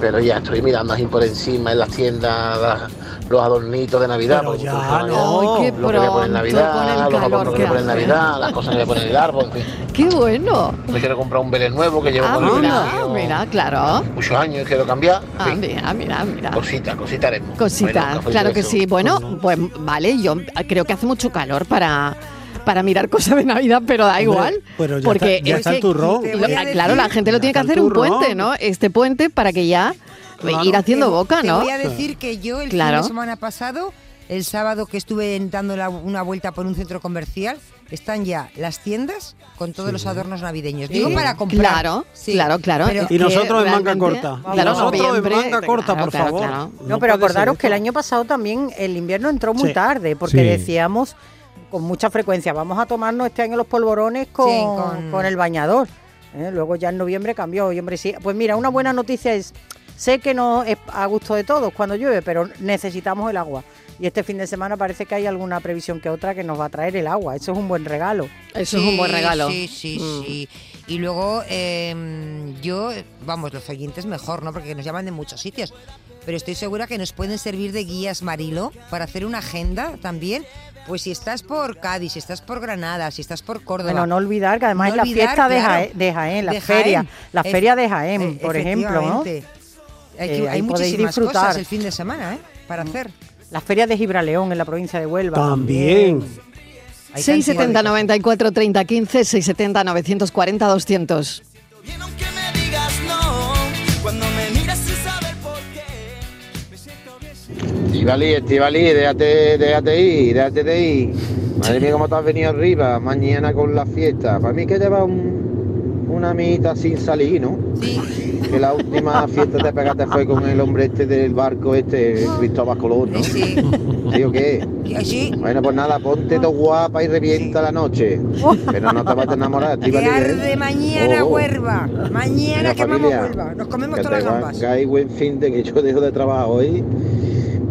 [SPEAKER 8] pero ya estoy mirando así por encima en las tiendas las- los adornitos de Navidad. pues
[SPEAKER 2] Pero
[SPEAKER 8] porque
[SPEAKER 2] ya,
[SPEAKER 8] por ejemplo,
[SPEAKER 2] no.
[SPEAKER 1] Ay, qué
[SPEAKER 8] Lo que voy a poner en
[SPEAKER 1] pronto, con
[SPEAKER 8] Navidad,
[SPEAKER 1] el
[SPEAKER 8] los adornos
[SPEAKER 1] calor
[SPEAKER 8] que voy a poner en
[SPEAKER 1] que hace.
[SPEAKER 8] Navidad, las cosas que voy a poner en el árbol, en fin.
[SPEAKER 1] Qué bueno.
[SPEAKER 8] Me quiero comprar un Belén nuevo que llevo
[SPEAKER 1] Ah,
[SPEAKER 8] con el Belén
[SPEAKER 1] mira,
[SPEAKER 8] mío
[SPEAKER 1] mira, claro.
[SPEAKER 8] muchos años y quiero cambiar. En
[SPEAKER 1] Ah,
[SPEAKER 8] fin.
[SPEAKER 1] mira, mira, mira.
[SPEAKER 8] Cosita, cosita haremos. Bueno,
[SPEAKER 1] Cosita,
[SPEAKER 8] café y
[SPEAKER 1] claro que
[SPEAKER 8] beso.
[SPEAKER 1] sí. Bueno, pues vale, yo creo que hace mucho calor para, para mirar cosas de Navidad, pero da igual.
[SPEAKER 2] pero ya
[SPEAKER 1] porque
[SPEAKER 2] está- ya
[SPEAKER 1] es
[SPEAKER 2] está el
[SPEAKER 1] que-
[SPEAKER 2] turrón.
[SPEAKER 1] lo-
[SPEAKER 2] Eh,
[SPEAKER 5] Te voy a decir-
[SPEAKER 1] claro, la gente lo
[SPEAKER 2] Ya
[SPEAKER 1] tiene que
[SPEAKER 2] está el
[SPEAKER 1] hacer un
[SPEAKER 2] turrón.
[SPEAKER 1] puente, ¿no? Este puente para que ya
[SPEAKER 2] Claro.
[SPEAKER 1] ir haciendo
[SPEAKER 5] Te-
[SPEAKER 1] boca,
[SPEAKER 5] Te
[SPEAKER 1] ¿no?
[SPEAKER 5] voy a decir que yo el
[SPEAKER 1] Claro.
[SPEAKER 5] fin de semana pasado, el sábado que estuve dando la- una vuelta por un centro comercial, están ya las tiendas con todos los adornos navideños. Digo para comprar.
[SPEAKER 1] Claro,
[SPEAKER 5] Sí.
[SPEAKER 1] claro, claro.
[SPEAKER 5] Pero-
[SPEAKER 1] Es
[SPEAKER 2] ¿Ah? Y
[SPEAKER 1] que
[SPEAKER 2] nosotros en manga
[SPEAKER 1] realmente-
[SPEAKER 2] corta. Y
[SPEAKER 1] Claro,
[SPEAKER 2] nosotros
[SPEAKER 1] noviembre,
[SPEAKER 2] en manga corta,
[SPEAKER 1] claro,
[SPEAKER 2] por
[SPEAKER 1] claro,
[SPEAKER 2] favor.
[SPEAKER 1] claro.
[SPEAKER 4] No, pero
[SPEAKER 2] puede ser
[SPEAKER 4] acordaros que el
[SPEAKER 2] esto.
[SPEAKER 4] año pasado también el invierno entró muy
[SPEAKER 2] Sí.
[SPEAKER 4] tarde, porque
[SPEAKER 3] Sí.
[SPEAKER 4] decíamos con mucha frecuencia, vamos a tomarnos este año los polvorones con,
[SPEAKER 5] Sí, con-
[SPEAKER 4] con el bañador. ¿eh? Luego ya en noviembre cambió, noviembre sí. Pues mira, una buena noticia es, sé que no es a gusto de todos cuando llueve, pero necesitamos el agua. Y este fin de semana parece que hay alguna previsión que otra que nos va a traer el agua. Eso es un buen regalo.
[SPEAKER 1] Eso es un buen
[SPEAKER 5] Sí,
[SPEAKER 1] regalo.
[SPEAKER 5] Sí, sí, sí. Y luego eh, yo, vamos, los oyentes mejor, ¿no? Porque nos llaman de muchos sitios. Pero estoy segura que nos pueden servir de guías, Marilo, para hacer una agenda también. Pues si estás por Cádiz, si estás por Granada, si estás por Córdoba.
[SPEAKER 4] Bueno, no olvidar que además
[SPEAKER 5] No
[SPEAKER 4] es la
[SPEAKER 5] olvidar,
[SPEAKER 4] fiesta de,
[SPEAKER 5] claro,
[SPEAKER 4] Jaén, de Jaén, la
[SPEAKER 5] de
[SPEAKER 4] feria,
[SPEAKER 5] Jaén.
[SPEAKER 4] la
[SPEAKER 5] Ef-
[SPEAKER 4] feria de Jaén,
[SPEAKER 5] e-
[SPEAKER 4] por ejemplo, ¿no?
[SPEAKER 5] efectivamente. Hay, que-
[SPEAKER 4] Eh,
[SPEAKER 5] hay
[SPEAKER 4] ahí podéis
[SPEAKER 5] muchísimas
[SPEAKER 4] disfrutar.
[SPEAKER 5] cosas el fin de semana, ¿eh? Para hacer.
[SPEAKER 4] La feria de Gibraleón en la provincia de Huelva.
[SPEAKER 2] También.
[SPEAKER 5] Hay
[SPEAKER 1] 670
[SPEAKER 5] cantidad de cosas.
[SPEAKER 1] 94 30 15 670 940 200.
[SPEAKER 6] Bien aunque me digas no, cuando me miras sin saber por qué. Me siento bien sin-
[SPEAKER 8] Estivali, Estivali, déjate, déjate ir, déjate de ir. Madre mía, cómo te has venido arriba, mañana con la fiesta. Para mí que lleva un, una amiguita sin salir, ¿no? Sí. Que la última fiesta te pegaste fue con el hombre este del barco este, Cristóbal Colón, ¿no?
[SPEAKER 5] Sí,
[SPEAKER 8] Digo, ¿qué?
[SPEAKER 5] sí. sí.
[SPEAKER 8] Bueno, pues nada, ponte dos guapa y revienta la noche. Pero no te vas a enamorar,
[SPEAKER 5] Que
[SPEAKER 8] Estivali. ¿eh?
[SPEAKER 5] arde mañana
[SPEAKER 8] Oh.
[SPEAKER 5] Huelva. Mañana
[SPEAKER 8] Venga,
[SPEAKER 5] quemamos
[SPEAKER 8] familia,
[SPEAKER 5] Huelva. Nos comemos
[SPEAKER 8] Que
[SPEAKER 5] todas las
[SPEAKER 8] te
[SPEAKER 5] gambas.
[SPEAKER 8] hagáis buen fin de que yo dejo de trabajar hoy.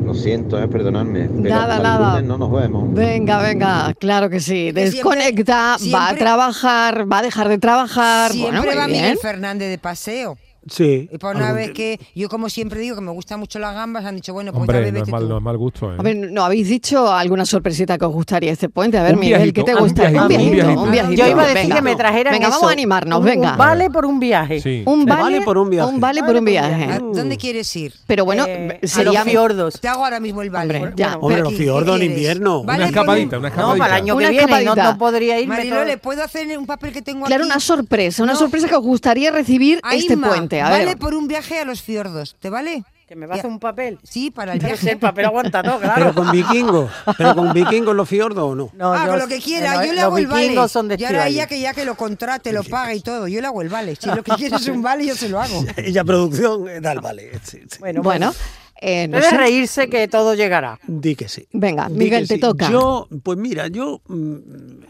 [SPEAKER 11] Lo siento, eh, perdonadme. Pero
[SPEAKER 1] Nada,
[SPEAKER 11] hasta el
[SPEAKER 1] nada.
[SPEAKER 11] lunes no nos vemos.
[SPEAKER 1] Venga, venga, claro que sí. Desconecta, va a
[SPEAKER 5] siempre-
[SPEAKER 1] trabajar, va a dejar de trabajar.
[SPEAKER 5] Siempre
[SPEAKER 1] bueno, muy
[SPEAKER 5] va Miguel
[SPEAKER 1] bien.
[SPEAKER 5] Fernández de paseo.
[SPEAKER 2] Sí.
[SPEAKER 5] Y por una vez que, yo como siempre digo que me gustan mucho las gambas, han dicho, bueno, pues otra
[SPEAKER 3] Hombre,
[SPEAKER 5] vez
[SPEAKER 3] no es,
[SPEAKER 5] vete
[SPEAKER 3] mal,
[SPEAKER 5] tú.
[SPEAKER 3] no es mal gusto, ¿eh?
[SPEAKER 1] A ver, ¿no habéis dicho alguna sorpresita que os gustaría este puente? A ver,
[SPEAKER 3] Un
[SPEAKER 1] Miguel,
[SPEAKER 3] viajito,
[SPEAKER 1] ¿qué te
[SPEAKER 3] un
[SPEAKER 1] gustaría?
[SPEAKER 3] viajito, un viajito.
[SPEAKER 4] Yo iba a decir
[SPEAKER 1] Venga.
[SPEAKER 4] que me trajeran
[SPEAKER 1] Venga,
[SPEAKER 4] eso,
[SPEAKER 1] vamos a animarnos,
[SPEAKER 4] un-
[SPEAKER 1] venga.
[SPEAKER 5] Uh,
[SPEAKER 4] Un vale por un viaje.
[SPEAKER 3] Sí.
[SPEAKER 1] Un
[SPEAKER 2] Vale
[SPEAKER 1] vale,
[SPEAKER 2] por un viaje.
[SPEAKER 1] Un vale por un
[SPEAKER 5] ¿A
[SPEAKER 1] viaje.
[SPEAKER 5] ¿Dónde quieres ir?
[SPEAKER 1] Pero bueno,
[SPEAKER 4] Eh,
[SPEAKER 1] sería
[SPEAKER 4] a los fiordos.
[SPEAKER 5] Te hago ahora mismo el vale.
[SPEAKER 1] Hombre, ya.
[SPEAKER 2] Hombre,
[SPEAKER 5] ¿qué-
[SPEAKER 2] los
[SPEAKER 5] qué
[SPEAKER 2] fiordos en
[SPEAKER 5] quieres?
[SPEAKER 2] invierno.
[SPEAKER 5] Vale,
[SPEAKER 3] una
[SPEAKER 5] por un-
[SPEAKER 3] escapadita,
[SPEAKER 4] No,
[SPEAKER 3] una escapadita.
[SPEAKER 4] para el año
[SPEAKER 1] Una
[SPEAKER 4] que viene no,
[SPEAKER 1] escapadita.
[SPEAKER 4] no podría irme.
[SPEAKER 5] Marilo,
[SPEAKER 4] todo-
[SPEAKER 5] ¿le puedo hacer un papel que tengo
[SPEAKER 1] claro,
[SPEAKER 5] aquí?
[SPEAKER 1] una sorpresa, una
[SPEAKER 5] No.
[SPEAKER 1] sorpresa que os gustaría recibir este
[SPEAKER 5] Aima,
[SPEAKER 1] puente. A
[SPEAKER 5] vale
[SPEAKER 1] ver.
[SPEAKER 5] por un viaje a los fiordos, ¿te vale?
[SPEAKER 4] Que me va a hacer un papel.
[SPEAKER 5] Sí, para el
[SPEAKER 4] Pero si el
[SPEAKER 5] viaje.
[SPEAKER 4] papel aguanta todo, claro.
[SPEAKER 2] Pero con vikingos. Pero con vikingos los fiordos o no.
[SPEAKER 4] No,
[SPEAKER 5] ah,
[SPEAKER 4] yo-
[SPEAKER 5] con lo que quiera,
[SPEAKER 4] no,
[SPEAKER 5] yo le
[SPEAKER 4] los
[SPEAKER 5] hago el vale.
[SPEAKER 4] vikingos son de
[SPEAKER 5] y ahora
[SPEAKER 4] Estivali.
[SPEAKER 5] ella que ya que lo contrate, lo paga y todo, yo le hago el vale. Si lo que quieres es un vale, yo se lo hago.
[SPEAKER 2] Ella producción eh, tal, vale. Sí, sí.
[SPEAKER 4] Bueno, bueno.
[SPEAKER 1] Bueno, eh, no
[SPEAKER 4] Debe
[SPEAKER 1] sé.
[SPEAKER 4] reírse que todo llegará.
[SPEAKER 2] Di que sí.
[SPEAKER 1] Venga,
[SPEAKER 2] Di
[SPEAKER 1] Miguel,
[SPEAKER 2] que
[SPEAKER 1] te
[SPEAKER 2] sí.
[SPEAKER 1] toca.
[SPEAKER 2] Yo, pues mira, yo mm,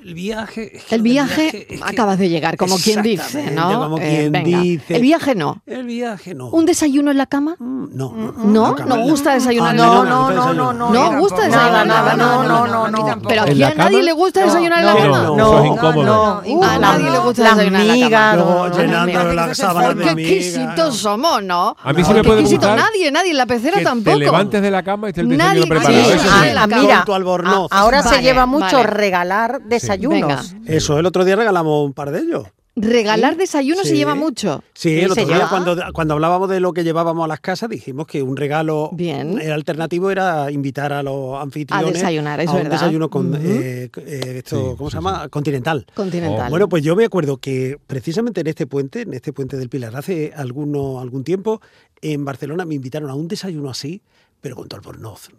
[SPEAKER 2] el viaje. es que
[SPEAKER 1] El
[SPEAKER 2] lo del
[SPEAKER 1] viaje,
[SPEAKER 2] es que-
[SPEAKER 1] acabas de llegar, como quien dice,
[SPEAKER 2] Exactamente,
[SPEAKER 1] ¿no?
[SPEAKER 2] Como
[SPEAKER 1] Eh,
[SPEAKER 2] quien
[SPEAKER 1] venga.
[SPEAKER 2] dice.
[SPEAKER 1] El viaje no.
[SPEAKER 2] El viaje no.
[SPEAKER 1] ¿Un desayuno en la cama?
[SPEAKER 2] Mm, No, no,
[SPEAKER 1] No,
[SPEAKER 2] nunca
[SPEAKER 1] no
[SPEAKER 2] más.
[SPEAKER 1] gusta desayunar.
[SPEAKER 2] Ah,
[SPEAKER 1] en la
[SPEAKER 4] No,
[SPEAKER 1] cama.
[SPEAKER 4] no, no,
[SPEAKER 2] desayuno.
[SPEAKER 4] no, no.
[SPEAKER 1] No,
[SPEAKER 4] yo
[SPEAKER 1] gusta
[SPEAKER 4] tampoco.
[SPEAKER 1] desayunar,
[SPEAKER 4] Nada,
[SPEAKER 1] no,
[SPEAKER 4] nada,
[SPEAKER 1] no,
[SPEAKER 4] no, no,
[SPEAKER 5] a mí
[SPEAKER 4] no.
[SPEAKER 5] tampoco.
[SPEAKER 1] Pero
[SPEAKER 3] ¿En
[SPEAKER 1] aquí
[SPEAKER 3] la
[SPEAKER 1] a nadie
[SPEAKER 3] cama?
[SPEAKER 1] le gusta
[SPEAKER 4] No,
[SPEAKER 1] desayunar en
[SPEAKER 3] no,
[SPEAKER 1] la cama.
[SPEAKER 3] no,
[SPEAKER 4] No,
[SPEAKER 3] eso es
[SPEAKER 4] no,
[SPEAKER 3] incómodo.
[SPEAKER 4] no,
[SPEAKER 5] Uh,
[SPEAKER 1] a nadie le gusta
[SPEAKER 4] Las
[SPEAKER 1] desayunar en la cama.
[SPEAKER 4] migas, no,
[SPEAKER 2] Luego
[SPEAKER 4] no, no,
[SPEAKER 2] llenándolo
[SPEAKER 5] no,
[SPEAKER 2] de
[SPEAKER 5] no,
[SPEAKER 2] las sábanas
[SPEAKER 1] Porque
[SPEAKER 2] de miga.
[SPEAKER 1] exquisitos somos, ¿no?
[SPEAKER 3] A mí
[SPEAKER 1] No,
[SPEAKER 3] sí me
[SPEAKER 1] qué
[SPEAKER 3] puede
[SPEAKER 1] exquisito
[SPEAKER 3] gustar
[SPEAKER 1] nadie, nadie en la pecera
[SPEAKER 3] que
[SPEAKER 1] tampoco.
[SPEAKER 3] te levantes de la cama y te el
[SPEAKER 1] Nadie
[SPEAKER 3] desayuno
[SPEAKER 1] quiere
[SPEAKER 3] preparado.
[SPEAKER 1] ir
[SPEAKER 3] eso
[SPEAKER 1] a
[SPEAKER 3] sí.
[SPEAKER 1] la
[SPEAKER 4] Ah, mira,
[SPEAKER 2] Con tu albornoz.
[SPEAKER 4] a- ahora
[SPEAKER 1] Vale,
[SPEAKER 4] se lleva mucho
[SPEAKER 1] vale.
[SPEAKER 4] regalar desayunos.
[SPEAKER 1] Venga.
[SPEAKER 2] Eso, el otro día regalamos un par de ellos.
[SPEAKER 1] Regalar desayuno se
[SPEAKER 2] Sí.
[SPEAKER 1] lleva mucho.
[SPEAKER 2] Sí,
[SPEAKER 4] Sí,
[SPEAKER 2] el otro
[SPEAKER 4] se
[SPEAKER 2] día
[SPEAKER 4] lleva.
[SPEAKER 2] cuando, cuando hablábamos de lo que llevábamos a las casas dijimos que un regalo
[SPEAKER 1] Bien.
[SPEAKER 2] eh, alternativo era invitar a los anfitriones
[SPEAKER 1] A desayunar, es
[SPEAKER 2] a un
[SPEAKER 1] verdad.
[SPEAKER 2] desayuno con
[SPEAKER 1] Ujú.
[SPEAKER 2] eh, eh, esto,
[SPEAKER 3] Sí,
[SPEAKER 2] ¿cómo
[SPEAKER 3] sí,
[SPEAKER 2] se llama? Continental.
[SPEAKER 1] Continental.
[SPEAKER 2] Bueno, pues yo me acuerdo que precisamente en este puente, en este puente del Pilar, hace alguno, algún tiempo, en Barcelona me invitaron a un desayuno así, pero con tu albornoz.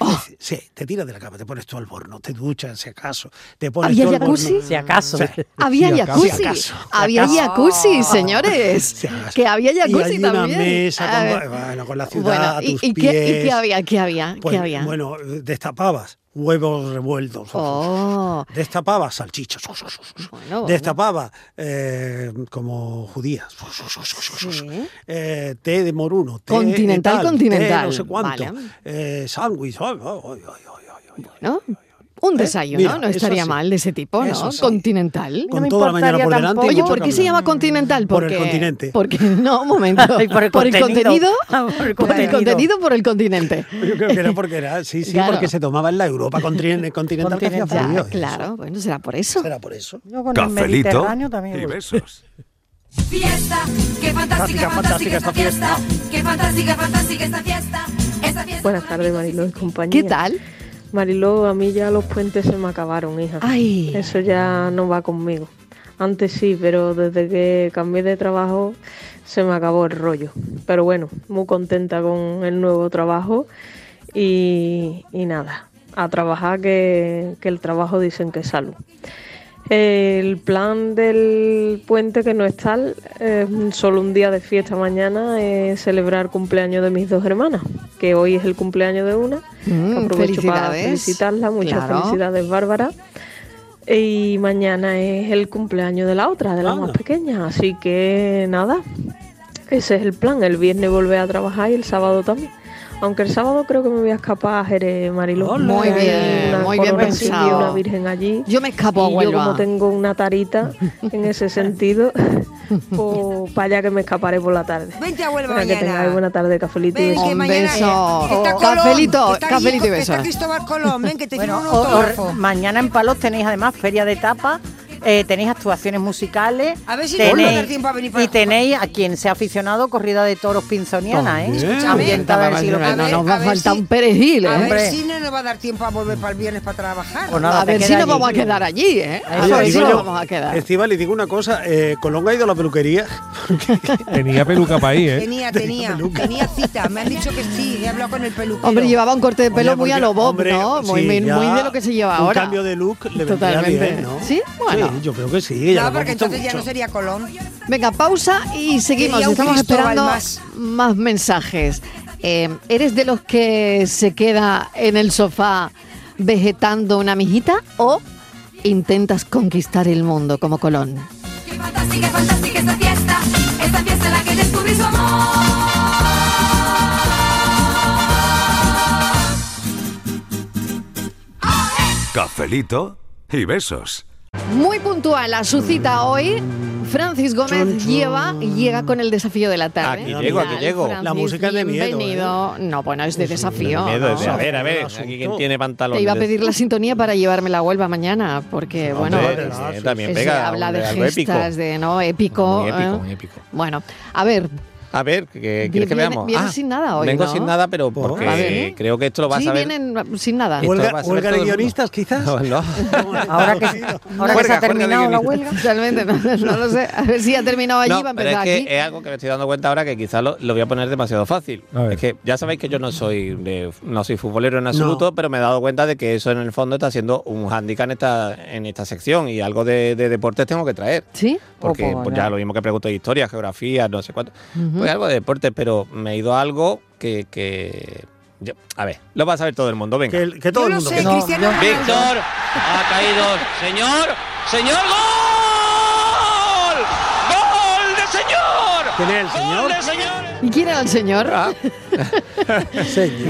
[SPEAKER 1] Oh.
[SPEAKER 2] Sí, te tiras de la cama, te pones tu albornoz, te duchas si acaso, te pones
[SPEAKER 1] ¿Había
[SPEAKER 2] tu albornoz.
[SPEAKER 1] jacuzzi?
[SPEAKER 4] Si acaso.
[SPEAKER 1] Había
[SPEAKER 3] Si acaso.
[SPEAKER 1] jacuzzi.
[SPEAKER 2] Si acaso.
[SPEAKER 1] Había
[SPEAKER 2] Si
[SPEAKER 1] jacuzzi, señores.
[SPEAKER 2] Si acaso.
[SPEAKER 1] Que había
[SPEAKER 2] Y
[SPEAKER 1] jacuzzi
[SPEAKER 2] hay una
[SPEAKER 1] también.
[SPEAKER 2] mesa
[SPEAKER 1] A
[SPEAKER 2] con,
[SPEAKER 1] ver.
[SPEAKER 2] bueno, con la ciudad
[SPEAKER 1] Bueno,
[SPEAKER 2] a
[SPEAKER 1] ¿y,
[SPEAKER 2] tus
[SPEAKER 1] y
[SPEAKER 2] pies.
[SPEAKER 1] qué, y qué había? ¿Qué había?
[SPEAKER 2] Pues,
[SPEAKER 1] ¿Qué había?
[SPEAKER 2] Bueno, destapabas huevos revueltos.
[SPEAKER 1] Oh.
[SPEAKER 2] Destapabas salchichas.
[SPEAKER 1] Bueno,
[SPEAKER 2] Destapabas eh, como judías.
[SPEAKER 1] Sí.
[SPEAKER 2] Eh, té de moruno. Té
[SPEAKER 1] Continental,
[SPEAKER 2] de tal,
[SPEAKER 1] continental.
[SPEAKER 2] té no sé cuánto.
[SPEAKER 1] Vale.
[SPEAKER 2] Eh, sándwich. ay, ay, ay, ay, ay, ay, ay.
[SPEAKER 1] ¿no? Un desayuno,
[SPEAKER 2] ¿eh? Mira,
[SPEAKER 1] no
[SPEAKER 2] eso
[SPEAKER 1] estaría
[SPEAKER 2] sí.
[SPEAKER 1] mal de ese tipo,
[SPEAKER 2] Eso
[SPEAKER 1] ¿no?
[SPEAKER 2] sí.
[SPEAKER 1] Continental.
[SPEAKER 2] Con
[SPEAKER 4] me
[SPEAKER 2] toda la mañana por
[SPEAKER 4] importaría
[SPEAKER 2] delante. y
[SPEAKER 4] tampoco.
[SPEAKER 1] Oye,
[SPEAKER 2] mucho
[SPEAKER 1] ¿por qué se
[SPEAKER 2] camino.
[SPEAKER 1] llama continental?
[SPEAKER 2] Por el
[SPEAKER 1] Porque-
[SPEAKER 2] continente.
[SPEAKER 1] Porque, no, un momento.
[SPEAKER 4] Y por el
[SPEAKER 1] contenido.
[SPEAKER 4] contenido.
[SPEAKER 1] Por el contenido, por el continente.
[SPEAKER 2] Yo creo que era porque era, sí, sí,
[SPEAKER 1] Claro.
[SPEAKER 2] porque se tomaba en la Europa continen- continental que hacía
[SPEAKER 1] Ya,
[SPEAKER 2] frío. eso.
[SPEAKER 1] claro, bueno, será por eso.
[SPEAKER 2] Será por eso.
[SPEAKER 4] Yo con el
[SPEAKER 6] Cafelito
[SPEAKER 4] Mediterráneo también.
[SPEAKER 6] y
[SPEAKER 4] voy.
[SPEAKER 6] besos.
[SPEAKER 12] Fiesta, qué
[SPEAKER 2] Fantástica, fantástica
[SPEAKER 12] fantástica, fantástica
[SPEAKER 2] esta
[SPEAKER 12] esta fiesta. Qué fantástica, fantástica esta fiesta. Esta fiesta
[SPEAKER 13] Buenas
[SPEAKER 12] para
[SPEAKER 13] tardes,
[SPEAKER 12] mí
[SPEAKER 13] Mariló y compañía.
[SPEAKER 1] ¿Qué tal?
[SPEAKER 13] Mariló, a mí ya los puentes se me acabaron, hija.
[SPEAKER 1] Ay.
[SPEAKER 13] Eso ya no va conmigo. Antes sí, pero desde que cambié de trabajo se me acabó el rollo. Pero bueno, muy contenta con el nuevo trabajo y, y nada, a trabajar que, que el trabajo dicen que es salud. El plan del puente que no es tal, eh, solo un día de fiesta mañana, es celebrar cumpleaños de mis dos hermanas, que hoy es el cumpleaños de una.
[SPEAKER 1] Mm,
[SPEAKER 13] que aprovecho para
[SPEAKER 1] felicidades.
[SPEAKER 13] felicitarla, muchas
[SPEAKER 1] Claro.
[SPEAKER 13] felicidades Bárbara. Y mañana es el cumpleaños de la otra, de la más
[SPEAKER 2] Anda.
[SPEAKER 13] pequeña, así que nada, ese es el plan. El viernes volver a trabajar y el sábado también. Aunque el sábado creo que me voy a escapar a Jerez Marilú.
[SPEAKER 2] Ole. Muy
[SPEAKER 1] bien,
[SPEAKER 13] Una
[SPEAKER 1] muy bien
[SPEAKER 13] corona allí y
[SPEAKER 1] pensado.
[SPEAKER 13] Una virgen allí.
[SPEAKER 1] Yo me escapo a
[SPEAKER 13] Y Yo
[SPEAKER 1] Huelva.
[SPEAKER 13] como tengo una tarita en ese sentido, pues para allá que me escaparé por la tarde.
[SPEAKER 5] Vente a Huelva
[SPEAKER 13] Para que tengáis
[SPEAKER 5] mañana.
[SPEAKER 13] buena tarde, cafelito y
[SPEAKER 5] Ven,
[SPEAKER 13] besitos.
[SPEAKER 5] que
[SPEAKER 1] Un
[SPEAKER 5] mañana
[SPEAKER 1] beso.
[SPEAKER 5] que está
[SPEAKER 1] Oh.
[SPEAKER 5] Colón,
[SPEAKER 1] Cafelito,
[SPEAKER 5] que está allí,
[SPEAKER 1] cafelito y
[SPEAKER 5] que está
[SPEAKER 1] besos.
[SPEAKER 5] Cristóbal Colón, ven, que te
[SPEAKER 4] Bueno,
[SPEAKER 5] firmo un
[SPEAKER 4] o- o-
[SPEAKER 5] autógrafo.
[SPEAKER 4] mañana en Palos tenéis además feria de tapa, eh, tenéis actuaciones musicales.
[SPEAKER 5] A ver si nos va a dar tiempo a venir para-
[SPEAKER 4] Y tenéis a quien sea aficionado corrida de toros pinzoniana,
[SPEAKER 2] También.
[SPEAKER 4] ¿eh?
[SPEAKER 5] Escúchame.
[SPEAKER 4] Ambientada en el siglo
[SPEAKER 1] No, no,
[SPEAKER 5] A ver,
[SPEAKER 1] nos va a
[SPEAKER 5] ver
[SPEAKER 1] faltar
[SPEAKER 5] si-
[SPEAKER 1] un perejil, ¿eh?
[SPEAKER 5] A ver
[SPEAKER 4] Hombre.
[SPEAKER 5] si no nos va a dar tiempo a volver para el viernes para trabajar.
[SPEAKER 4] Pues nada,
[SPEAKER 1] A
[SPEAKER 4] te
[SPEAKER 1] ver si
[SPEAKER 4] queda
[SPEAKER 1] nos
[SPEAKER 4] allí.
[SPEAKER 1] vamos a quedar allí, ¿eh? A
[SPEAKER 4] Oye,
[SPEAKER 1] ver si
[SPEAKER 4] digo
[SPEAKER 1] nos
[SPEAKER 4] yo-
[SPEAKER 1] vamos a quedar.
[SPEAKER 2] Estival, y digo una cosa, eh, Colón ha ido a la peluquería.
[SPEAKER 3] Tenía peluca para ahí, ¿eh?
[SPEAKER 5] Tenía, tenía, tenía cita. Me han dicho que sí, he hablado con el peluquero.
[SPEAKER 1] Hombre, llevaba un corte de pelo
[SPEAKER 2] Oye,
[SPEAKER 1] muy a
[SPEAKER 2] porque,
[SPEAKER 1] lo Bob,
[SPEAKER 2] hombre,
[SPEAKER 1] ¿no? Muy,
[SPEAKER 2] sí,
[SPEAKER 1] muy-
[SPEAKER 2] ya
[SPEAKER 1] muy de lo que se lleva
[SPEAKER 2] un
[SPEAKER 1] ahora.
[SPEAKER 2] cambio de look le
[SPEAKER 1] Totalmente.
[SPEAKER 2] Totalmente. bien, ¿no?
[SPEAKER 1] Sí, bueno.
[SPEAKER 2] Sí, yo creo que sí. ya
[SPEAKER 5] No,
[SPEAKER 2] lo hemos
[SPEAKER 5] porque
[SPEAKER 2] visto
[SPEAKER 5] entonces ya no
[SPEAKER 2] mucho.
[SPEAKER 5] sería Colón.
[SPEAKER 1] Venga, pausa y seguimos.
[SPEAKER 5] Quería un
[SPEAKER 1] Estamos
[SPEAKER 5] Cristóbal
[SPEAKER 1] esperando más,
[SPEAKER 5] más.
[SPEAKER 1] mensajes. Eh, ¿Eres de los que se queda en el sofá vegetando una mijita o intentas conquistar el mundo como Colón?
[SPEAKER 12] Qué fantástica, fantástica esta fiesta. Esta fiesta en la que descubrí su amor.
[SPEAKER 14] cafelito y besos.
[SPEAKER 1] Muy puntual a su cita
[SPEAKER 15] Mm.
[SPEAKER 1] hoy. Francis Gómez lleva llega con el desafío de la tarde.
[SPEAKER 15] Aquí llego, aquí
[SPEAKER 1] ¿Qué tal,
[SPEAKER 15] llego.
[SPEAKER 1] Francis?
[SPEAKER 15] La música es de miedo, ¿eh?
[SPEAKER 1] Bienvenido. No, bueno, es de desafío.
[SPEAKER 15] Miedo
[SPEAKER 1] ¿no?
[SPEAKER 15] es de- a ver, a ver, aquí quien tiene pantalones.
[SPEAKER 1] Te iba a pedir la sintonía para llevármela a Huelva mañana, porque bueno,
[SPEAKER 15] Hombre, sí, eh, también
[SPEAKER 1] se
[SPEAKER 15] pega,
[SPEAKER 1] habla de
[SPEAKER 15] hombre, algo épico.
[SPEAKER 1] gestas, de no épico.
[SPEAKER 15] Muy épico,
[SPEAKER 1] ¿eh?
[SPEAKER 15] muy épico.
[SPEAKER 1] Bueno, a ver,
[SPEAKER 15] A ver, ¿qué
[SPEAKER 1] vi-
[SPEAKER 15] quieres que
[SPEAKER 1] viene-
[SPEAKER 15] veamos?
[SPEAKER 1] viene
[SPEAKER 15] Ah,
[SPEAKER 1] sin nada hoy,
[SPEAKER 15] Vengo
[SPEAKER 1] ¿no?
[SPEAKER 15] sin nada, pero porque
[SPEAKER 1] A ver.
[SPEAKER 15] creo que esto lo vas
[SPEAKER 1] sí
[SPEAKER 15] a ver.
[SPEAKER 1] vienen sin nada.
[SPEAKER 15] Esto Huelga- lo va a saber huelga de todo el mundo.
[SPEAKER 1] guionistas, quizás.
[SPEAKER 15] No, no.
[SPEAKER 1] Ahora que,
[SPEAKER 15] ahora que se ha Huelga, huelga de terminado la guionistas.
[SPEAKER 1] Realmente, no, no lo sé. A ver si ha terminado allí,
[SPEAKER 15] No,
[SPEAKER 1] va a
[SPEAKER 15] pero es
[SPEAKER 1] empezar
[SPEAKER 15] que
[SPEAKER 1] aquí.
[SPEAKER 15] es algo que me estoy dando cuenta ahora que quizás lo, lo voy a poner demasiado fácil. Es que ya sabéis que yo no soy de- no soy futbolero en absoluto, pero me he dado cuenta de que eso en el fondo está siendo un hándicap en esta, en esta sección y algo de, de deportes tengo que traer.
[SPEAKER 1] ¿Sí?
[SPEAKER 15] Porque
[SPEAKER 1] Ojo,
[SPEAKER 15] pues,
[SPEAKER 1] ya.
[SPEAKER 15] ya lo mismo que pregunto de historia, geografía, no sé cuánto.
[SPEAKER 1] Ujú.
[SPEAKER 15] Pues algo de deportes, pero me he ido a algo que... que- yo- a ver, lo va a saber todo el mundo, venga.
[SPEAKER 2] que todo Yo el lo mundo sé, sepa. Cristiano Ronaldo.
[SPEAKER 15] Víctor ha caído. Señor, señor, gol. Gol de señor.
[SPEAKER 2] ¿Quién es el
[SPEAKER 15] señor? Ah.
[SPEAKER 1] ¿Y quién era el señor?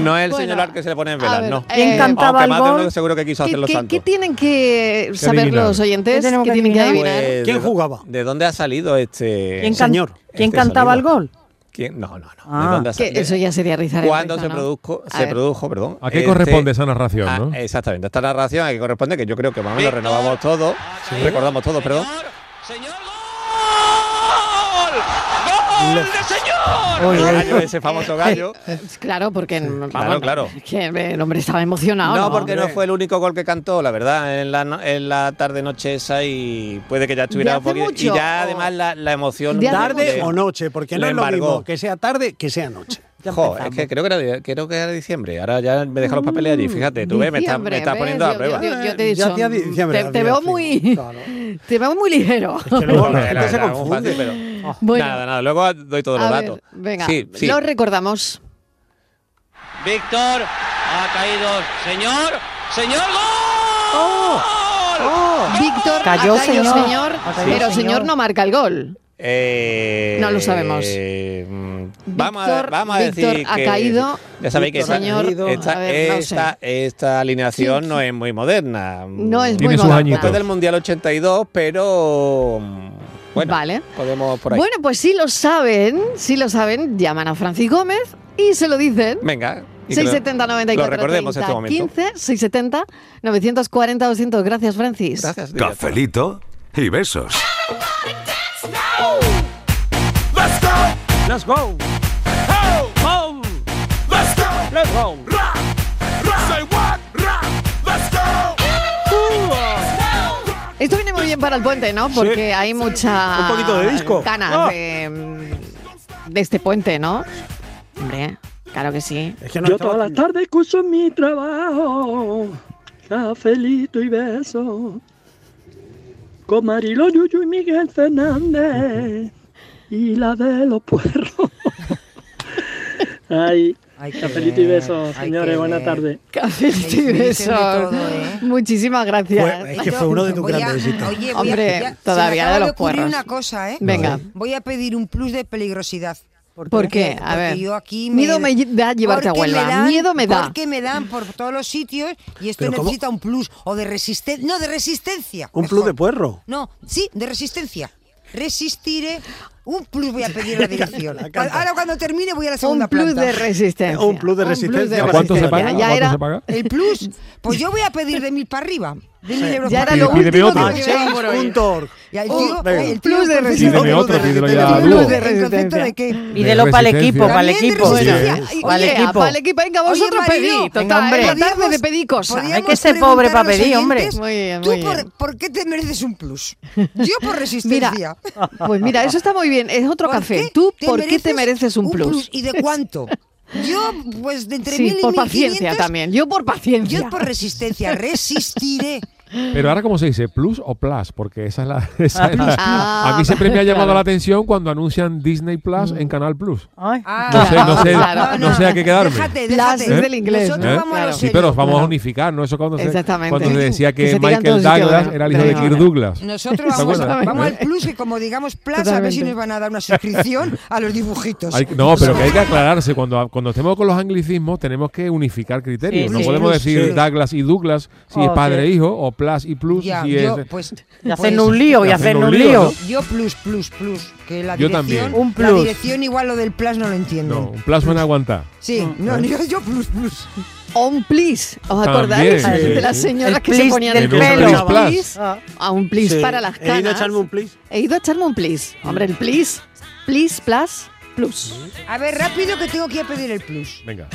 [SPEAKER 15] No es el
[SPEAKER 1] Bueno,
[SPEAKER 15] señor al que se le pone en
[SPEAKER 1] a
[SPEAKER 15] velas,
[SPEAKER 1] ver, eh,
[SPEAKER 15] no.
[SPEAKER 1] ¿quién cantaba
[SPEAKER 15] Aunque
[SPEAKER 1] el
[SPEAKER 15] más de uno
[SPEAKER 1] gol?
[SPEAKER 15] seguro que quiso hacer los
[SPEAKER 1] ¿Qué,
[SPEAKER 15] santos.
[SPEAKER 1] qué tienen que saber
[SPEAKER 15] adivinar.
[SPEAKER 1] los oyentes?
[SPEAKER 4] ¿Qué
[SPEAKER 1] ¿Qué,
[SPEAKER 4] tenemos que
[SPEAKER 1] tienen que adivinar?
[SPEAKER 15] Pues, ¿de dó- ¿De dónde ha salido este
[SPEAKER 4] ¿Quién can-
[SPEAKER 15] señor?
[SPEAKER 4] ¿Quién
[SPEAKER 15] Este
[SPEAKER 4] cantaba
[SPEAKER 15] sonido.
[SPEAKER 4] el gol?
[SPEAKER 15] ¿Quién? No, no, no.
[SPEAKER 4] Ah.
[SPEAKER 15] ¿De dónde ha
[SPEAKER 1] Que
[SPEAKER 15] salido?
[SPEAKER 1] eso ya sería rizar el
[SPEAKER 15] ¿Cuándo
[SPEAKER 1] rizo,
[SPEAKER 15] se,
[SPEAKER 1] ¿no?
[SPEAKER 15] produjo,
[SPEAKER 1] A
[SPEAKER 15] se
[SPEAKER 1] ver.
[SPEAKER 15] produjo? Perdón.
[SPEAKER 3] ¿A qué corresponde esa narración,
[SPEAKER 15] ah,
[SPEAKER 3] no?
[SPEAKER 15] Exactamente. Esta narración a qué corresponde, que yo creo que más o menos renovamos todo. Recordamos todo, perdón.
[SPEAKER 7] ¡Gol de señor!
[SPEAKER 15] El gallo, ese famoso gallo.
[SPEAKER 1] Eh, Claro, porque vamos,
[SPEAKER 15] claro.
[SPEAKER 1] que el hombre estaba emocionado.
[SPEAKER 15] No, porque no fue el único gol que cantó, la verdad, en la, no- en la tarde-noche esa y puede que ya
[SPEAKER 2] ¿De
[SPEAKER 15] estuviera un
[SPEAKER 2] hace
[SPEAKER 15] poquito.
[SPEAKER 2] mucho
[SPEAKER 15] Y ya
[SPEAKER 2] o-
[SPEAKER 15] además la, la emoción.
[SPEAKER 2] Tarde
[SPEAKER 15] le-
[SPEAKER 2] o noche, porque no
[SPEAKER 15] le
[SPEAKER 2] es lo
[SPEAKER 15] embargó.
[SPEAKER 2] mismo que sea tarde que sea noche.
[SPEAKER 15] Jo, es que creo que, era, de- creo que era diciembre. Ahora ya me deja los papeles allí. Fíjate, tú ves, me estás me
[SPEAKER 1] Diciembre,
[SPEAKER 15] estás
[SPEAKER 1] ¿ves?
[SPEAKER 15] poniendo
[SPEAKER 1] Yo-
[SPEAKER 15] a prueba.
[SPEAKER 1] Yo, yo te he
[SPEAKER 2] Ya
[SPEAKER 1] dicho,
[SPEAKER 2] hacía diciembre,
[SPEAKER 1] te, te
[SPEAKER 2] hacía
[SPEAKER 1] veo
[SPEAKER 2] frío,
[SPEAKER 1] muy, te veo muy ligero.
[SPEAKER 15] Joder, la verdad, muy fácil, pero-
[SPEAKER 1] Oh. Bueno.
[SPEAKER 15] Nada, nada, luego doy todos los
[SPEAKER 1] A ver,
[SPEAKER 15] datos.
[SPEAKER 1] venga,
[SPEAKER 15] Sí, sí.
[SPEAKER 1] lo recordamos.
[SPEAKER 15] Víctor ha caído. Señor, señor,
[SPEAKER 2] Oh.
[SPEAKER 1] Víctor
[SPEAKER 15] Cayó,
[SPEAKER 1] ha caído,
[SPEAKER 15] señor.
[SPEAKER 1] señor,
[SPEAKER 15] Ha caído,
[SPEAKER 1] pero señor
[SPEAKER 15] señor.
[SPEAKER 1] no marca el gol.
[SPEAKER 15] Eh,
[SPEAKER 1] No lo sabemos.
[SPEAKER 15] eh, mm, vamos a,
[SPEAKER 1] Víctor-
[SPEAKER 15] vamos a
[SPEAKER 1] Víctor
[SPEAKER 15] decir
[SPEAKER 1] ha
[SPEAKER 15] que-
[SPEAKER 1] caído.
[SPEAKER 15] Ya sabéis que esta,
[SPEAKER 1] Víctor ha caído.
[SPEAKER 15] esta,
[SPEAKER 1] A ver, no
[SPEAKER 15] esta- esta alineación no es muy moderna.
[SPEAKER 1] No es Tiene muy sus moderna. añitos.
[SPEAKER 15] Después del Mundial 82, pero mm, bueno, podemos por ahí.
[SPEAKER 1] Bueno, pues si lo saben, si lo saben, llaman a Francis Gómez y se lo dicen.
[SPEAKER 15] Venga. y que lo-
[SPEAKER 1] 670 94
[SPEAKER 15] Lo recordemos en
[SPEAKER 1] 30,
[SPEAKER 15] este momento.
[SPEAKER 1] 15 670 940 200. Gracias, Francis.
[SPEAKER 15] Gracias.
[SPEAKER 14] Cafelito y besos.
[SPEAKER 2] Let's go. Let's go. Home. Let's go. Let's go.
[SPEAKER 1] Esto viene muy bien para el puente, ¿no? Porque hay mucha
[SPEAKER 2] Un poquito de disco.
[SPEAKER 1] Ah, ganas
[SPEAKER 2] Ah.
[SPEAKER 1] de, de este puente, ¿no? Hombre, claro que sí.
[SPEAKER 16] Yo todas las tardes escucho en mi trabajo, cafelito y beso, con Marilo Yuyu y Miguel Fernández, y la de los puerros. Ay, cafelito y beso, señores, buena tarde.
[SPEAKER 1] Cafelito y besos. Muchísimas gracias.
[SPEAKER 2] Fue- es que fue uno de tus
[SPEAKER 1] Voy a-
[SPEAKER 2] grandes éxitos.
[SPEAKER 5] Oye, voy ¿eh? a-
[SPEAKER 1] Hombre,
[SPEAKER 5] ya- se me
[SPEAKER 1] todavía
[SPEAKER 5] acaba
[SPEAKER 1] de los
[SPEAKER 5] ocurrir
[SPEAKER 1] puerros.
[SPEAKER 5] una cosa, ¿eh?
[SPEAKER 1] Venga.
[SPEAKER 5] Voy a pedir un plus de peligrosidad.
[SPEAKER 1] ¿Por qué? A
[SPEAKER 5] porque
[SPEAKER 1] ver.
[SPEAKER 5] yo aquí
[SPEAKER 1] Miedo me da llevarte a
[SPEAKER 5] porque
[SPEAKER 1] Huelva.
[SPEAKER 5] dan-
[SPEAKER 1] Miedo me da.
[SPEAKER 5] Porque me dan por todos los sitios y esto
[SPEAKER 2] ¿Pero cómo?
[SPEAKER 5] necesita un plus o de resistencia. No, de resistencia.
[SPEAKER 2] Un plus de puerro.
[SPEAKER 5] No, sí, de resistencia. Resistiré. Un plus voy a pedir a la dirección.
[SPEAKER 2] encanta.
[SPEAKER 5] Ahora cuando termine voy a la segunda
[SPEAKER 1] Un plus
[SPEAKER 5] planta.
[SPEAKER 1] de resistencia.
[SPEAKER 2] Un plus de resistencia.
[SPEAKER 1] de
[SPEAKER 2] ¿A cuánto se paga?
[SPEAKER 1] Ya
[SPEAKER 2] ¿A cuánto
[SPEAKER 1] era,
[SPEAKER 2] se paga?
[SPEAKER 5] El plus, pues yo voy a pedir de mil para arriba. De mil euros
[SPEAKER 1] Ya
[SPEAKER 5] para
[SPEAKER 1] era lo
[SPEAKER 5] arriba.
[SPEAKER 1] Pídeme último otro. que me quedaba por oír.
[SPEAKER 2] Punto.org.
[SPEAKER 5] Y el
[SPEAKER 1] Un-
[SPEAKER 5] tío,
[SPEAKER 1] venga.
[SPEAKER 5] oye, el tío
[SPEAKER 1] Plus de
[SPEAKER 5] perfecto.
[SPEAKER 1] resistencia. Pídeme otro, pídelo ya
[SPEAKER 5] El
[SPEAKER 1] a dúo.
[SPEAKER 5] plus de ¿En concepto de qué?
[SPEAKER 4] Pídelo para el equipo, para el
[SPEAKER 5] También de
[SPEAKER 1] pues,
[SPEAKER 4] equipo.
[SPEAKER 5] resistencia.
[SPEAKER 4] Sí.
[SPEAKER 5] Ay,
[SPEAKER 4] Para el
[SPEAKER 5] oye,
[SPEAKER 4] equipo.
[SPEAKER 1] Para el eh, equipo, venga,
[SPEAKER 5] Oye,
[SPEAKER 1] vosotros
[SPEAKER 5] Mario,
[SPEAKER 1] pedí.
[SPEAKER 5] venga,
[SPEAKER 1] Total,
[SPEAKER 5] hombre.
[SPEAKER 1] la tarde de pedir cosas.
[SPEAKER 5] podríamos
[SPEAKER 4] Hay que ser pobre para
[SPEAKER 5] preguntar a
[SPEAKER 4] pedir,
[SPEAKER 5] los
[SPEAKER 4] hombre.
[SPEAKER 5] oyentes,
[SPEAKER 1] Muy bien,
[SPEAKER 5] ¿Tú
[SPEAKER 1] muy bien.
[SPEAKER 5] por, por qué te mereces un plus? Yo por resistencia.
[SPEAKER 1] Mira, pues mira, eso está muy bien. Es otro
[SPEAKER 5] ¿Por
[SPEAKER 1] café.
[SPEAKER 5] qué
[SPEAKER 1] ¿Tú por qué te mereces un plus?
[SPEAKER 5] ¿Y de cuánto? Yo, pues de entre
[SPEAKER 1] Sí,
[SPEAKER 5] mil y
[SPEAKER 1] por paciencia
[SPEAKER 5] 1500,
[SPEAKER 1] también. Yo por paciencia.
[SPEAKER 5] Yo por resistencia resistiré.
[SPEAKER 3] Pero ahora, ¿cómo se dice? ¿Plus o plus? Porque esa es la. esa
[SPEAKER 17] Ah,
[SPEAKER 3] es la-
[SPEAKER 17] plus.
[SPEAKER 3] a mí siempre me ha
[SPEAKER 5] Ah.
[SPEAKER 3] llamado
[SPEAKER 17] claro.
[SPEAKER 3] la atención cuando anuncian Disney Plus en Canal Plus.
[SPEAKER 4] Ay.
[SPEAKER 3] No sé, no sé, no sé a qué quedarme.
[SPEAKER 5] Ah, Déjate, déjate.
[SPEAKER 3] ¿Eh?
[SPEAKER 5] Nosotros
[SPEAKER 3] ¿Eh?
[SPEAKER 5] vamos a lo
[SPEAKER 3] Sí,
[SPEAKER 5] serio.
[SPEAKER 3] pero os vamos a unificar, ¿no? Eso cuando se,
[SPEAKER 5] Exactamente.
[SPEAKER 3] cuando se decía que,
[SPEAKER 5] Que se tiran
[SPEAKER 3] Michael
[SPEAKER 5] todos y que
[SPEAKER 3] Douglas
[SPEAKER 5] bueno,
[SPEAKER 3] era el hijo de
[SPEAKER 5] pero-
[SPEAKER 3] Kirk Douglas.
[SPEAKER 5] Nosotros
[SPEAKER 3] ¿Te
[SPEAKER 5] vamos,
[SPEAKER 3] acuerdas?
[SPEAKER 5] vamos
[SPEAKER 3] ¿Eh?
[SPEAKER 5] al plus y como digamos plus, a ver si
[SPEAKER 3] Totalmente.
[SPEAKER 5] nos van a dar una suscripción a los dibujitos.
[SPEAKER 3] Hay- no, pero que hay que aclararse. Cuando, cuando estemos con los anglicismos, tenemos que unificar criterios.
[SPEAKER 5] Sí,
[SPEAKER 3] no
[SPEAKER 5] sí.
[SPEAKER 3] podemos
[SPEAKER 5] Sí.
[SPEAKER 3] decir Douglas y Douglas si es
[SPEAKER 5] Oh,
[SPEAKER 3] padre e
[SPEAKER 5] sí.
[SPEAKER 3] hijo, o plus y plus
[SPEAKER 5] Ya,
[SPEAKER 3] si
[SPEAKER 5] yo,
[SPEAKER 3] es. eh,
[SPEAKER 5] pues,
[SPEAKER 4] Y hacernos un lío, y hacernos un lío.
[SPEAKER 5] Yo plus, plus, plus. Que la
[SPEAKER 3] Yo
[SPEAKER 5] dirección,
[SPEAKER 3] también. Un
[SPEAKER 5] La
[SPEAKER 3] plus.
[SPEAKER 5] dirección igual lo del plus no lo entiendo.
[SPEAKER 3] ¿no? Un plus van a aguantar.
[SPEAKER 5] Sí, no, yo, yo plus, plus.
[SPEAKER 1] O un plis, ¿os
[SPEAKER 3] También,
[SPEAKER 1] acordáis
[SPEAKER 3] sí,
[SPEAKER 1] de las
[SPEAKER 3] sí.
[SPEAKER 1] señoras
[SPEAKER 3] El
[SPEAKER 1] que se
[SPEAKER 3] plis
[SPEAKER 1] ponían
[SPEAKER 3] del
[SPEAKER 1] el pelo?
[SPEAKER 3] pelo.
[SPEAKER 1] Un
[SPEAKER 3] Plis.
[SPEAKER 1] plis,
[SPEAKER 5] Ah.
[SPEAKER 1] a Ah, un plis
[SPEAKER 2] Sí.
[SPEAKER 1] para las
[SPEAKER 2] He ido
[SPEAKER 1] canas.
[SPEAKER 2] a echarme un plis.
[SPEAKER 1] He ido a echarme un plis. Hombre, el plis, plis, plus, plus.
[SPEAKER 5] A ver, rápido que tengo que ir a pedir el plus.
[SPEAKER 3] Venga.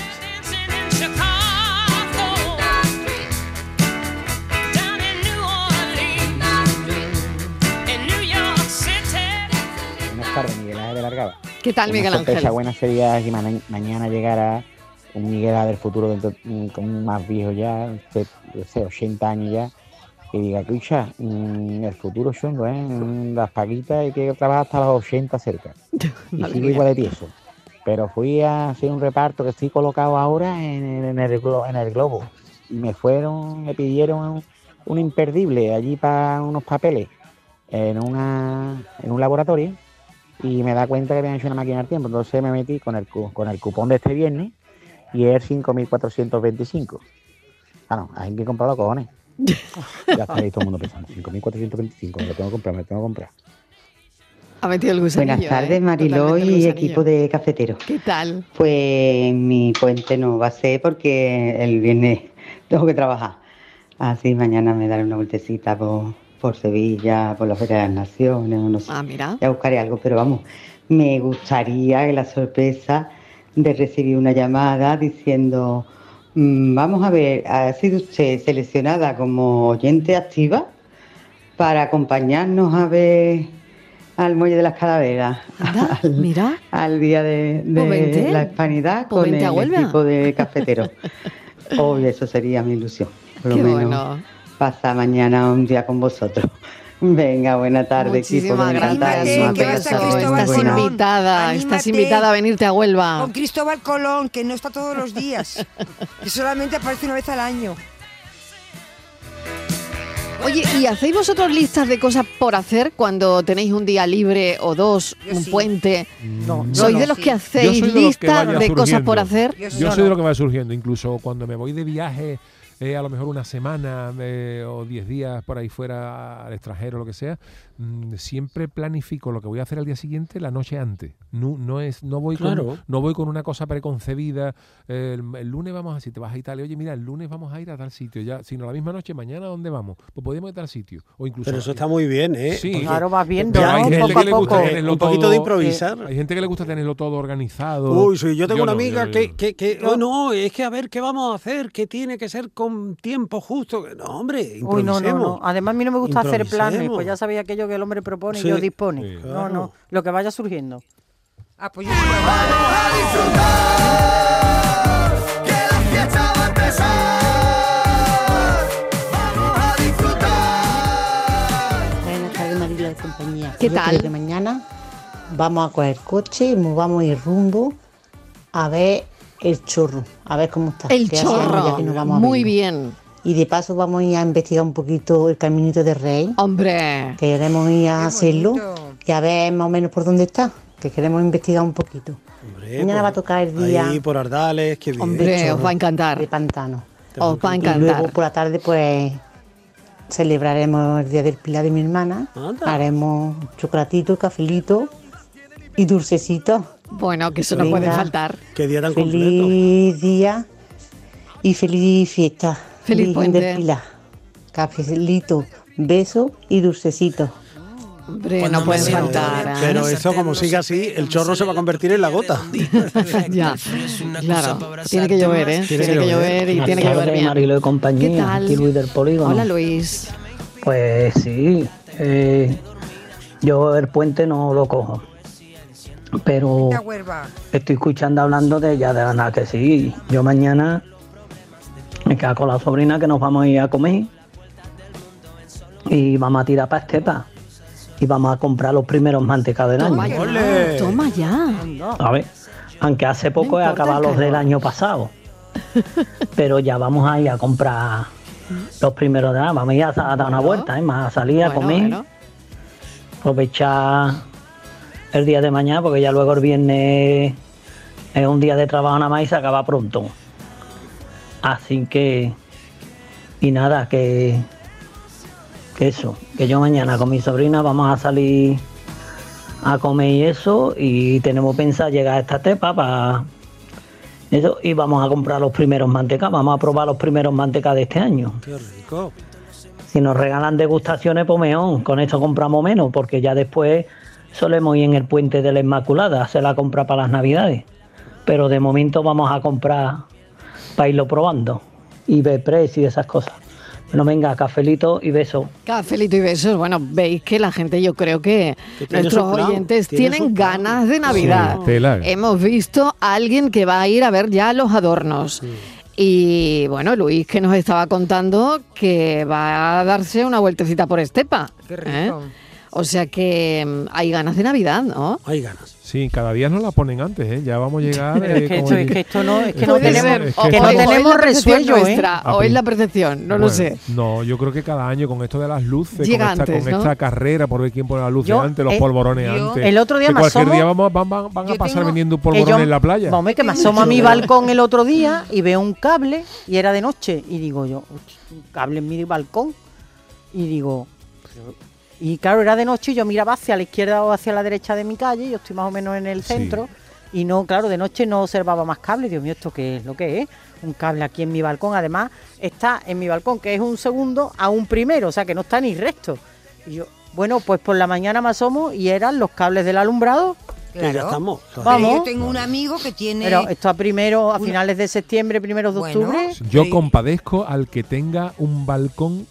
[SPEAKER 18] Buenas tardes, Miguel Ángel de Largaba.
[SPEAKER 1] ¿Qué tal,
[SPEAKER 18] Una
[SPEAKER 1] Miguel Ángel?
[SPEAKER 18] sorpresa buena sería que mana- mañana llegara un Miguel Ángel del futuro, dentro- mm, con más viejo ya, de, de ese 80 años ya, que diga, escucha, mm, el futuro es chungo, ¿eh? Mm, Las paquitas hay que trabajar hasta los 80 cerca. Y
[SPEAKER 19] Madre
[SPEAKER 18] sigo
[SPEAKER 19] mía.
[SPEAKER 18] igual de tieso. Pero fui a hacer un reparto que estoy colocado ahora en, en- en el, glo- en el globo. Y me fueron, me pidieron un, un imperdible allí para unos papeles en, una, en un laboratorio y me da cuenta que habían hecho una máquina del tiempo. Entonces me metí con el, cu- con el cupón de este viernes y es 5.425. Ah, no, hay que comprarlo, cojones. Ya está ahí todo el mundo pensando. 5.425, lo tengo que comprar, me lo tengo que comprar.
[SPEAKER 1] Ha metido el gusanillo.
[SPEAKER 20] Buenas tardes,
[SPEAKER 1] ¿eh?
[SPEAKER 20] Mariló
[SPEAKER 1] Totalmente el
[SPEAKER 20] y
[SPEAKER 1] gusanillo.
[SPEAKER 20] equipo de cafeteros.
[SPEAKER 1] ¿Qué tal?
[SPEAKER 20] Pues mi puente no va a ser porque el viernes tengo que trabajar. Así mañana me daré una vueltecita por, por Sevilla, por la Feria de las Naciones, o no sé.
[SPEAKER 1] Ah, mira.
[SPEAKER 20] Ya buscaré algo, pero vamos, me gustaría que la sorpresa de recibir una llamada diciendo, "Mm, vamos a ver, ¿ha sido usted seleccionada como oyente activa para acompañarnos a ver al Muelle de las Calaveras? al,
[SPEAKER 1] mira.
[SPEAKER 20] Al Día de, de
[SPEAKER 1] Pues vente.
[SPEAKER 20] la Hispanidad
[SPEAKER 1] Pues
[SPEAKER 20] con
[SPEAKER 1] vente a
[SPEAKER 20] el
[SPEAKER 1] Huelva.
[SPEAKER 20] equipo de cafeteros. Obvio, eso sería mi ilusión. Por lo
[SPEAKER 1] Qué
[SPEAKER 20] menos
[SPEAKER 1] bueno.
[SPEAKER 20] pasar mañana un día con vosotros. Venga, buena tarde, equipo.
[SPEAKER 1] Muchísimas
[SPEAKER 20] me encanta
[SPEAKER 1] gracias.
[SPEAKER 20] el
[SPEAKER 1] Anímate,
[SPEAKER 20] programa.
[SPEAKER 1] que vas a
[SPEAKER 20] Buena,
[SPEAKER 1] Estás
[SPEAKER 20] buena.
[SPEAKER 1] invitada, estás
[SPEAKER 5] Anímate.
[SPEAKER 1] invitada a venirte a Huelva.
[SPEAKER 5] Con Cristóbal Colón, que no está todos los días. que solamente aparece una vez al año.
[SPEAKER 1] Oye, ¿y hacéis vosotros listas de cosas por hacer cuando tenéis un día libre o dos, un puente?
[SPEAKER 3] No,
[SPEAKER 1] ¿Sois de los que hacéis listas de cosas por hacer?
[SPEAKER 3] Yo soy de lo que va surgiendo, incluso cuando me voy de viaje, eh, a lo mejor una semana eh, o diez días por ahí fuera al extranjero, lo que sea, mm, siempre planifico lo que voy a hacer al día siguiente la noche antes. No, no es, no voy
[SPEAKER 2] Claro.
[SPEAKER 3] con, no voy con una cosa preconcebida. eh, el, el lunes vamos a, si te vas a Italia, oye, mira, el lunes vamos a ir a tal sitio, ya, sino la misma noche, mañana, ¿dónde vamos? Pues podemos ir a tal sitio. O incluso
[SPEAKER 2] Pero eso está muy bien, ¿eh?
[SPEAKER 3] Sí,
[SPEAKER 2] Porque-
[SPEAKER 3] claro,
[SPEAKER 4] vas viendo,
[SPEAKER 3] Pero hay
[SPEAKER 4] ¿no?
[SPEAKER 3] gente
[SPEAKER 4] Poco
[SPEAKER 3] que
[SPEAKER 4] a
[SPEAKER 3] le gusta
[SPEAKER 4] poco.
[SPEAKER 3] tenerlo
[SPEAKER 2] Un poquito
[SPEAKER 3] todo- eh,
[SPEAKER 2] de improvisar.
[SPEAKER 3] Hay gente que le gusta tenerlo todo organizado.
[SPEAKER 2] Uy, sí, yo tengo una
[SPEAKER 3] no,
[SPEAKER 2] amiga
[SPEAKER 3] no, yo
[SPEAKER 2] que,
[SPEAKER 3] no.
[SPEAKER 2] que, que- oh, no, es que a ver qué vamos a hacer, que tiene que ser con tiempo justo. No, hombre, improvisemos.
[SPEAKER 4] Uy, no, no, no. Además, a mí no me gusta hacer planes,
[SPEAKER 2] Improvisemos.
[SPEAKER 4] pues ya sabía aquello que el hombre propone
[SPEAKER 2] Sí.
[SPEAKER 4] y yo dispone.
[SPEAKER 2] Sí.
[SPEAKER 4] No, no, lo que vaya surgiendo.
[SPEAKER 5] Ah, pues
[SPEAKER 9] fiesta va a empezar. Vamos a
[SPEAKER 21] Buenas tardes, Marilo de compañía.
[SPEAKER 1] ¿Qué
[SPEAKER 21] Yo
[SPEAKER 1] tal?
[SPEAKER 21] creo que mañana vamos a coger coche y nos vamos a ir rumbo a ver el chorro, a ver cómo está.
[SPEAKER 1] El
[SPEAKER 21] que hace años
[SPEAKER 1] chorro.
[SPEAKER 21] ya que no vamos a
[SPEAKER 1] Muy
[SPEAKER 21] verlo.
[SPEAKER 1] bien.
[SPEAKER 21] Y de paso vamos a ir a investigar un poquito el caminito de Rey.
[SPEAKER 1] Hombre.
[SPEAKER 21] Que queremos ir a hacerlo y a ver más o menos por dónde está. Que queremos investigar un poquito.
[SPEAKER 2] Hombre,
[SPEAKER 21] mañana
[SPEAKER 2] por-
[SPEAKER 21] va a tocar el día.
[SPEAKER 2] Ahí por Ardales, qué bien.
[SPEAKER 21] del chorro,
[SPEAKER 1] encantar.
[SPEAKER 21] De pantano.
[SPEAKER 1] Os va a
[SPEAKER 21] Y luego
[SPEAKER 1] encantar.
[SPEAKER 21] por la tarde, pues celebraremos el Día del Pilar de mi hermana. Haremos chocolatito, cafelito y dulcecito.
[SPEAKER 1] Bueno, que eso no puede faltar.
[SPEAKER 2] Qué día tan
[SPEAKER 21] feliz día y feliz fiesta.
[SPEAKER 1] Feliz
[SPEAKER 21] Virgen
[SPEAKER 1] puente.
[SPEAKER 21] del Pilar. Cafelito, beso y dulcecito.
[SPEAKER 1] Hombre, no puede faltar. ¿eh?
[SPEAKER 2] Pero eso, como siga así, el chorro se va a convertir en la gota.
[SPEAKER 1] ya, claro. Tiene que llover, ¿eh? Tiene que llover y
[SPEAKER 22] Buenas
[SPEAKER 1] tiene que llover
[SPEAKER 22] tardes,
[SPEAKER 1] bien.
[SPEAKER 22] Marilo de compañía.
[SPEAKER 1] ¿Qué tal?
[SPEAKER 22] Aquí Luis del Polígono.
[SPEAKER 1] Hola, Luis.
[SPEAKER 22] Pues sí, eh, yo el puente no lo cojo. Pero
[SPEAKER 5] La huerva.
[SPEAKER 22] estoy escuchando hablando de ella, de la nada que sí. Yo mañana me quedo con la sobrina que nos vamos a ir a comer. Y vamos a tirar para Estepa. Y vamos a comprar los primeros mantecados del
[SPEAKER 1] Toma
[SPEAKER 22] año.
[SPEAKER 1] ya, toma ya.
[SPEAKER 22] A ver, aunque hace poco he
[SPEAKER 1] importa
[SPEAKER 22] acabado
[SPEAKER 1] el
[SPEAKER 22] los del
[SPEAKER 1] calor.
[SPEAKER 22] año pasado. Pero ya vamos a ir a comprar los primeros de nada. Vamos a ir a, a dar una vuelta, ¿eh? más a salir a
[SPEAKER 1] Bueno,
[SPEAKER 22] comer.
[SPEAKER 1] bueno.
[SPEAKER 22] Aprovechar el día de mañana, porque ya luego el viernes es un día de trabajo nada más y se acaba pronto. Así que. Y nada, que. Que eso. Que yo mañana con mi sobrina vamos a salir a comer y eso y tenemos pensado llegar a esta tepa para eso y vamos a comprar los primeros mantecas, vamos a probar los primeros mantecas de este año.
[SPEAKER 2] Qué rico.
[SPEAKER 22] Si nos regalan degustaciones, pues mejor, con eso compramos menos, porque ya después solemos ir en el puente de la Inmaculada, hacer la compra para las navidades. Pero de momento vamos a comprar para irlo probando y ver precio y esas cosas. Bueno, venga, cafelito y beso.
[SPEAKER 1] Cafelito y besos. Bueno, veis que la gente, yo creo que
[SPEAKER 22] tiene su
[SPEAKER 1] nuestros
[SPEAKER 22] plan,
[SPEAKER 1] oyentes
[SPEAKER 22] tiene
[SPEAKER 1] tienen ganas de Navidad.
[SPEAKER 3] Sí, tela.
[SPEAKER 1] Hemos visto a alguien que va a ir a ver ya los adornos. Y bueno, Luis que nos estaba contando que va a darse una vueltecita por Estepa. Qué rico. O sea que mm, hay ganas de Navidad, ¿no?
[SPEAKER 2] Hay ganas.
[SPEAKER 3] Sí, cada día nos la ponen antes, ¿eh? Ya vamos a llegar. eh,
[SPEAKER 1] Pero es que
[SPEAKER 3] como
[SPEAKER 1] esto-
[SPEAKER 3] el-
[SPEAKER 1] es que
[SPEAKER 4] esto no- es
[SPEAKER 1] que no Puede tenemos- ser.
[SPEAKER 3] es
[SPEAKER 1] o-
[SPEAKER 3] que
[SPEAKER 1] o
[SPEAKER 3] estamos- Ah,
[SPEAKER 1] es la
[SPEAKER 4] tenemos
[SPEAKER 1] percepción
[SPEAKER 4] resuello, ¿eh?
[SPEAKER 1] nuestra, O es la percepción, no lo
[SPEAKER 3] Bueno,
[SPEAKER 1] sé.
[SPEAKER 3] No, yo creo que cada año con esto de las luces,
[SPEAKER 1] Llega
[SPEAKER 3] con, esta,
[SPEAKER 1] antes,
[SPEAKER 3] con
[SPEAKER 1] ¿no?
[SPEAKER 3] esta carrera por ver quién pone las luces
[SPEAKER 4] Yo,
[SPEAKER 3] antes, los
[SPEAKER 4] eh,
[SPEAKER 3] polvorones
[SPEAKER 4] yo-
[SPEAKER 3] antes.
[SPEAKER 4] el otro día
[SPEAKER 3] que
[SPEAKER 4] me
[SPEAKER 3] cualquier
[SPEAKER 4] asomo-
[SPEAKER 3] día vamos, van, van- van a pasar vendiendo un polvorón
[SPEAKER 4] Que yo-
[SPEAKER 3] en la playa.
[SPEAKER 4] Vamos, que me asomo a mi balcón el otro día y veo un cable y era de noche. Y digo yo, "Uch, un cable en mi balcón. Y digo, pero- y claro, era de noche y yo miraba hacia la izquierda o hacia la derecha de mi calle, yo estoy más o menos en el centro. Y no, claro, de noche no observaba más cables. Dios mío, ¿esto qué es lo que es? Un cable aquí en mi balcón. Además, está en mi balcón, que es un segundo a un primero, o sea que no está ni recto. Y yo, bueno, pues por la mañana me asomo y eran los cables del alumbrado.
[SPEAKER 5] Que ya Claro. estamos,
[SPEAKER 4] Vamos.
[SPEAKER 5] Pero yo tengo un amigo que tiene.
[SPEAKER 4] Pero esto a primero, a finales de septiembre, primeros de octubre.
[SPEAKER 3] Yo compadezco al que tenga un balcón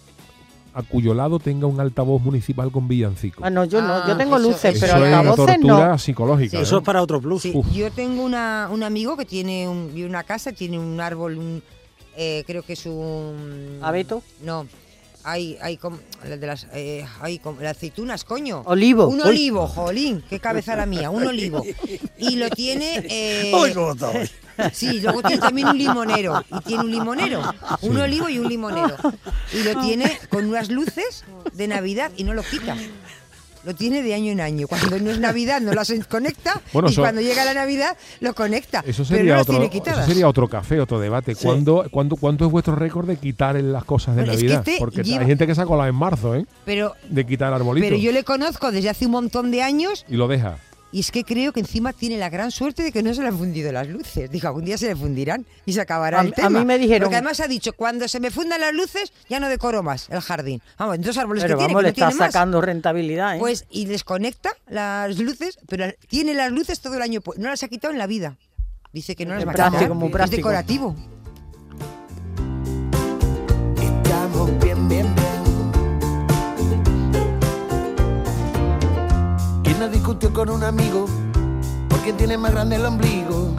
[SPEAKER 3] a cuyo lado tenga un altavoz municipal con villancico.
[SPEAKER 4] Ah, no, yo no, yo
[SPEAKER 5] Ah,
[SPEAKER 4] tengo
[SPEAKER 5] eso-
[SPEAKER 4] luces,
[SPEAKER 3] eso
[SPEAKER 4] pero
[SPEAKER 3] es una
[SPEAKER 4] altavoces
[SPEAKER 3] tortura
[SPEAKER 4] no.
[SPEAKER 3] psicológica. ¿eh?
[SPEAKER 5] Sí. Eso
[SPEAKER 2] es para otro plus.
[SPEAKER 3] Uf.
[SPEAKER 5] Yo tengo una- un amigo que tiene un- vive en una casa, tiene un árbol, un, eh, creo que es un...
[SPEAKER 4] ¿Abeto?
[SPEAKER 5] No. Hay, hay, como- la de las, eh, hay como- las aceitunas, coño.
[SPEAKER 4] Olivo.
[SPEAKER 5] Un
[SPEAKER 4] Uy.
[SPEAKER 5] olivo, jolín, qué cabeza la mía, un olivo. Y lo tiene... eh,
[SPEAKER 2] Uy, cómo está hoy.
[SPEAKER 5] Sí, luego tiene también un limonero. Y tiene un limonero. Un
[SPEAKER 2] Sí.
[SPEAKER 5] olivo y un limonero. Y lo tiene con unas luces de Navidad y no lo quita. Lo tiene de año en año. Cuando no es Navidad no las conecta
[SPEAKER 3] Bueno,
[SPEAKER 5] y
[SPEAKER 3] eso-
[SPEAKER 5] cuando llega la Navidad lo conecta.
[SPEAKER 3] Eso
[SPEAKER 5] pero no
[SPEAKER 3] sería,
[SPEAKER 5] las
[SPEAKER 3] otro,
[SPEAKER 5] tiene
[SPEAKER 3] eso
[SPEAKER 5] quitadas.
[SPEAKER 3] sería otro café, otro debate.
[SPEAKER 5] Sí.
[SPEAKER 3] ¿Cuándo, cuándo, cuánto es vuestro récord de quitar en las cosas de
[SPEAKER 5] Bueno, es que
[SPEAKER 3] Navidad?
[SPEAKER 5] este
[SPEAKER 3] Porque
[SPEAKER 5] lleva-
[SPEAKER 3] hay gente que se ha colado en marzo, ¿eh?
[SPEAKER 5] Pero,
[SPEAKER 3] De quitar arbolitos.
[SPEAKER 5] pero yo le conozco desde hace un montón de años
[SPEAKER 3] Y lo deja.
[SPEAKER 5] y es que creo que encima tiene la gran suerte de que no se le han fundido las luces. Dijo, algún día se le fundirán y se acabará
[SPEAKER 4] A-
[SPEAKER 5] el
[SPEAKER 4] a
[SPEAKER 5] tema.
[SPEAKER 4] mí me dijeron-
[SPEAKER 5] Porque además ha dicho, cuando se me fundan las luces ya no decoro más el jardín. Vamos, dos árboles
[SPEAKER 4] Pero
[SPEAKER 5] que
[SPEAKER 4] vamos, le
[SPEAKER 5] tiene, que no
[SPEAKER 4] está
[SPEAKER 5] tiene más.
[SPEAKER 4] sacando rentabilidad, ¿eh?
[SPEAKER 5] Pues y desconecta las luces, pero tiene las luces todo el año. pu- No las ha quitado en la vida. Dice que no las
[SPEAKER 4] Es
[SPEAKER 5] va a quitar.
[SPEAKER 4] práctico, muy
[SPEAKER 5] Es
[SPEAKER 4] práctico.
[SPEAKER 5] decorativo.
[SPEAKER 17] Estamos bien, bien, bien. ¿Quién no discutió con un amigo? Porque tiene más grande el ombligo.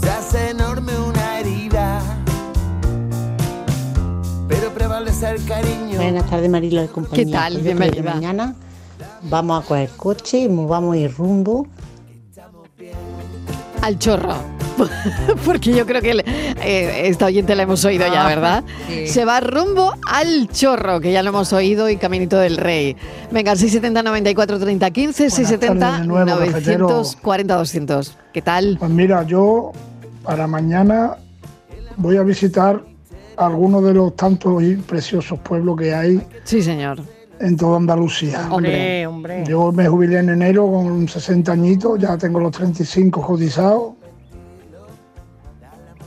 [SPEAKER 17] Se hace enorme una herida. Pero prevalece el cariño.
[SPEAKER 21] Buenas tardes, Marilo de compañía.
[SPEAKER 17] ¿Qué tal?
[SPEAKER 21] Pues yo creo que
[SPEAKER 17] Bienvenida.
[SPEAKER 21] Mañana vamos a coger coche y nos vamos a ir rumbo
[SPEAKER 1] Al chorro. Porque yo creo que el- eh, esta oyente la hemos oído ya,
[SPEAKER 17] Ah,
[SPEAKER 1] ¿verdad?
[SPEAKER 17] sí.
[SPEAKER 1] Se va rumbo al chorro, que ya lo hemos oído, y Caminito del Rey. Venga, 670 94 30 15, 670
[SPEAKER 19] tardes de nuevo,
[SPEAKER 1] 940 200. ¿Qué tal?
[SPEAKER 19] Pues mira, yo para mañana voy a visitar algunos de los tantos y preciosos pueblos que hay.
[SPEAKER 1] Sí, señor.
[SPEAKER 19] En toda Andalucía.
[SPEAKER 4] Hombre, hombre.
[SPEAKER 19] Yo me jubilé en enero con 60 añitos, ya tengo los 35 cotizados.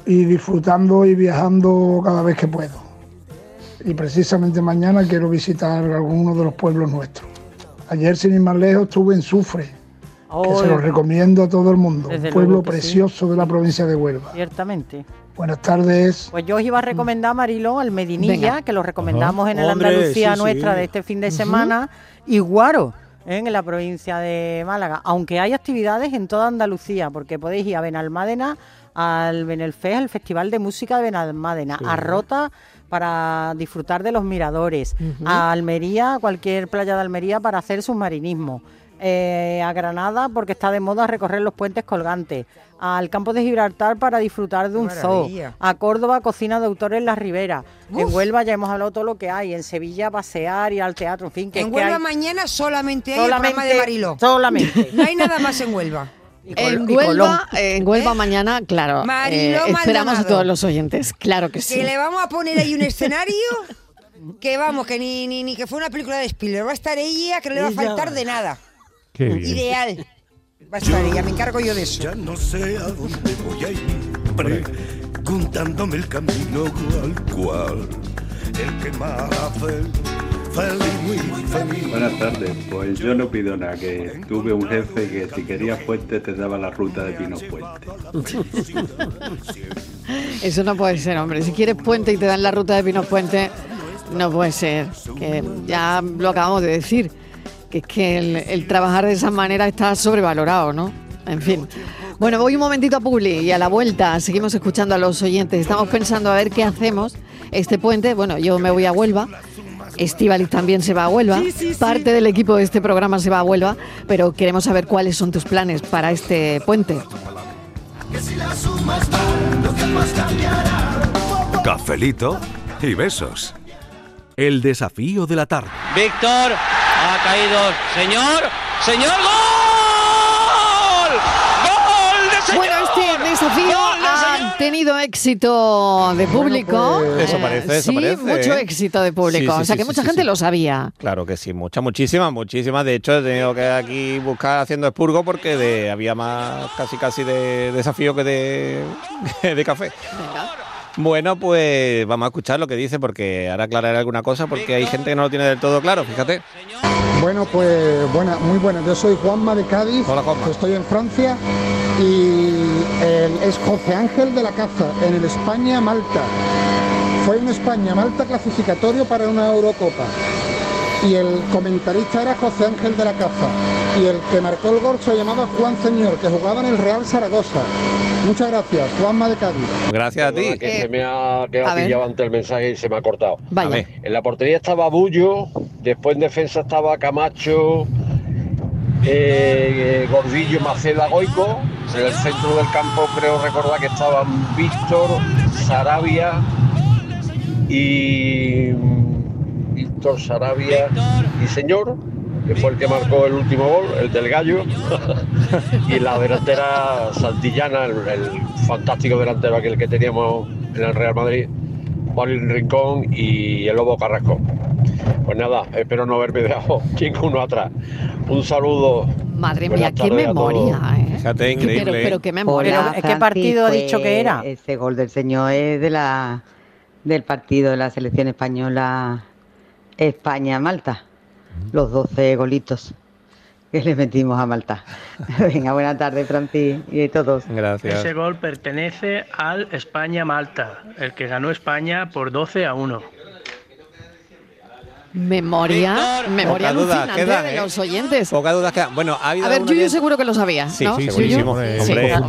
[SPEAKER 19] Y disfrutando y viajando cada vez que puedo. Y precisamente mañana quiero visitar algunos de los pueblos nuestros. Ayer, sin ir más lejos, estuve en Sufre, que se
[SPEAKER 4] Oh,
[SPEAKER 19] lo recomiendo a todo el mundo.
[SPEAKER 4] Desde
[SPEAKER 19] un pueblo
[SPEAKER 4] luego que sí.
[SPEAKER 19] precioso de la provincia de Huelva.
[SPEAKER 4] Ciertamente.
[SPEAKER 19] Buenas tardes.
[SPEAKER 4] Pues yo os iba a recomendar, Mariló, al Medinilla,
[SPEAKER 19] Venga.
[SPEAKER 4] que lo recomendamos en el
[SPEAKER 19] Hombre,
[SPEAKER 4] Andalucía
[SPEAKER 19] sí, sí.
[SPEAKER 4] nuestra de este fin de
[SPEAKER 19] Ujú.
[SPEAKER 4] semana, y Guaro, ¿eh? en la provincia de Málaga. Aunque hay actividades en toda Andalucía, porque podéis ir a Benalmádena, al Benelfest, al Festival de Música de Benalmádena,
[SPEAKER 8] Sí.
[SPEAKER 4] a Rota para disfrutar de los miradores,
[SPEAKER 8] Ujú.
[SPEAKER 4] a Almería, a cualquier playa de Almería para hacer submarinismo. eh, a Granada porque está de moda recorrer los puentes colgantes, al campo de Gibraltar para disfrutar de un
[SPEAKER 5] Maravilla.
[SPEAKER 4] zoo, a Córdoba cocina de autor en la Ribera, en
[SPEAKER 5] Uf.
[SPEAKER 4] Huelva ya hemos hablado todo lo que hay, en Sevilla pasear, ir al teatro, en fin, que
[SPEAKER 5] En
[SPEAKER 4] es que
[SPEAKER 5] Huelva
[SPEAKER 4] hay-
[SPEAKER 5] mañana solamente hay el programa
[SPEAKER 4] Solamente-
[SPEAKER 5] de Mariló.
[SPEAKER 4] solamente.
[SPEAKER 5] No hay nada más en Huelva.
[SPEAKER 1] En Huelva, en Huelva mañana, claro.
[SPEAKER 5] Mariló
[SPEAKER 1] eh, esperamos a
[SPEAKER 5] Maldonado.
[SPEAKER 1] todos los oyentes, claro que sí.
[SPEAKER 5] Que le vamos a poner ahí un escenario que vamos, que ni, ni, ni que fue una película de Spielberg. Va a estar ella que no le va a
[SPEAKER 10] Ella.
[SPEAKER 5] faltar de nada.
[SPEAKER 3] Qué
[SPEAKER 5] Ideal. Va a estar ella, me encargo yo de eso.
[SPEAKER 10] Ya no sé a dónde voy a ir, preguntándome el camino al cual el que más hace feliz, muy feliz.
[SPEAKER 23] Buenas tardes, pues yo no pido nada, que tuve un jefe que si querías puente te daba la ruta de Pino Puente.
[SPEAKER 1] Eso no puede ser, hombre. Si quieres puente y te dan la ruta de Pinos Puente, no puede ser. Que ya lo acabamos de decir, que es que el, el trabajar de esa manera está sobrevalorado, ¿no? En fin. Bueno, voy un momentito a Publi y a la vuelta seguimos escuchando a los oyentes. Estamos pensando a ver qué hacemos este puente. Bueno, yo me voy a Huelva. Estivalis también se va a Huelva. Parte del equipo de este programa se va a Huelva, pero queremos saber cuáles son tus planes para este puente.
[SPEAKER 10] Que si la sumas van, lo que más cambiará.
[SPEAKER 14] Cafelito y besos. El desafío de la tarde.
[SPEAKER 7] Víctor ha caído. Señor, señor, gol. Gol de señor.
[SPEAKER 1] Bueno, este desafío ha tenido éxito de público.
[SPEAKER 15] pues- Eso
[SPEAKER 1] Eh,
[SPEAKER 15] parece, eso
[SPEAKER 1] sí,
[SPEAKER 15] parece,
[SPEAKER 1] mucho
[SPEAKER 15] ¿eh?
[SPEAKER 1] éxito de público.
[SPEAKER 15] Sí, sí,
[SPEAKER 1] o sea
[SPEAKER 15] sí,
[SPEAKER 1] que
[SPEAKER 15] sí,
[SPEAKER 1] mucha
[SPEAKER 15] sí,
[SPEAKER 1] gente lo sabía.
[SPEAKER 15] Claro que sí, muchas, muchísimas, muchísimas. De hecho, he tenido que aquí buscar haciendo expurgo porque de- había más casi casi de desafío que de, de café. Bueno, pues vamos a escuchar lo que dice porque ahora aclararé alguna cosa porque hay gente que no lo tiene del todo claro, fíjate.
[SPEAKER 24] Bueno, pues buena, muy buena. Yo soy Juanma de Cádiz. Estoy en Francia y él es José Ángel de la Caza en el España-Malta. Fue un España-Malta clasificatorio para una Eurocopa. Y el comentarista era José Ángel de la Caza. Y el que marcó el gol se llamaba Juan Señor, que jugaba en el Real Zaragoza. Muchas gracias, Juanma de Cádiz.
[SPEAKER 15] Gracias a ti.
[SPEAKER 25] Que se me ha
[SPEAKER 24] a
[SPEAKER 25] quedado
[SPEAKER 24] ver.
[SPEAKER 25] pillado ante el mensaje y se me ha cortado.
[SPEAKER 24] Vaya. A ver.
[SPEAKER 25] En la portería estaba Bullo, después en defensa estaba Camacho, eh, eh, Gordillo, Maceda, Goico. En el centro del campo creo recordar que estaban Víctor, Sarabia y Víctor Sarabia y señor, que fue el que marcó el último gol, el del gallo, y la delantera Santillana, el, el fantástico delantero aquel que teníamos en el Real Madrid, Manuel Rincón y el Lobo Carrasco. Pues nada, espero no haberme dejado 5-1 atrás. Un saludo.
[SPEAKER 1] Madre mía,
[SPEAKER 25] Buenas
[SPEAKER 1] qué
[SPEAKER 25] tardes a todos.
[SPEAKER 1] memoria, ¿eh?
[SPEAKER 15] Fíjate,
[SPEAKER 1] increíble. Pero, pero qué memoria.
[SPEAKER 20] Hola,
[SPEAKER 1] Pero,
[SPEAKER 20] Francis, pues, Ese gol del señor es de la del partido de la selección española España-Malta. Los 12 golitos que le metimos a Malta. Venga, buena tarde, Francis, y a todos.
[SPEAKER 15] Gracias.
[SPEAKER 8] Ese gol pertenece al España-Malta, el que ganó España por 12 a 1.
[SPEAKER 1] Memoria, memoria
[SPEAKER 15] Poca duda,
[SPEAKER 1] alucinante
[SPEAKER 15] quedan, ¿eh?
[SPEAKER 1] de los oyentes.
[SPEAKER 15] Pocas dudas quedan. Bueno, ha habido
[SPEAKER 1] A ver,
[SPEAKER 15] algún
[SPEAKER 1] Yuyu
[SPEAKER 15] oyente-
[SPEAKER 1] seguro que lo sabía,
[SPEAKER 15] Sí,
[SPEAKER 1] ¿no?
[SPEAKER 15] segurísimo.
[SPEAKER 1] Yuyu.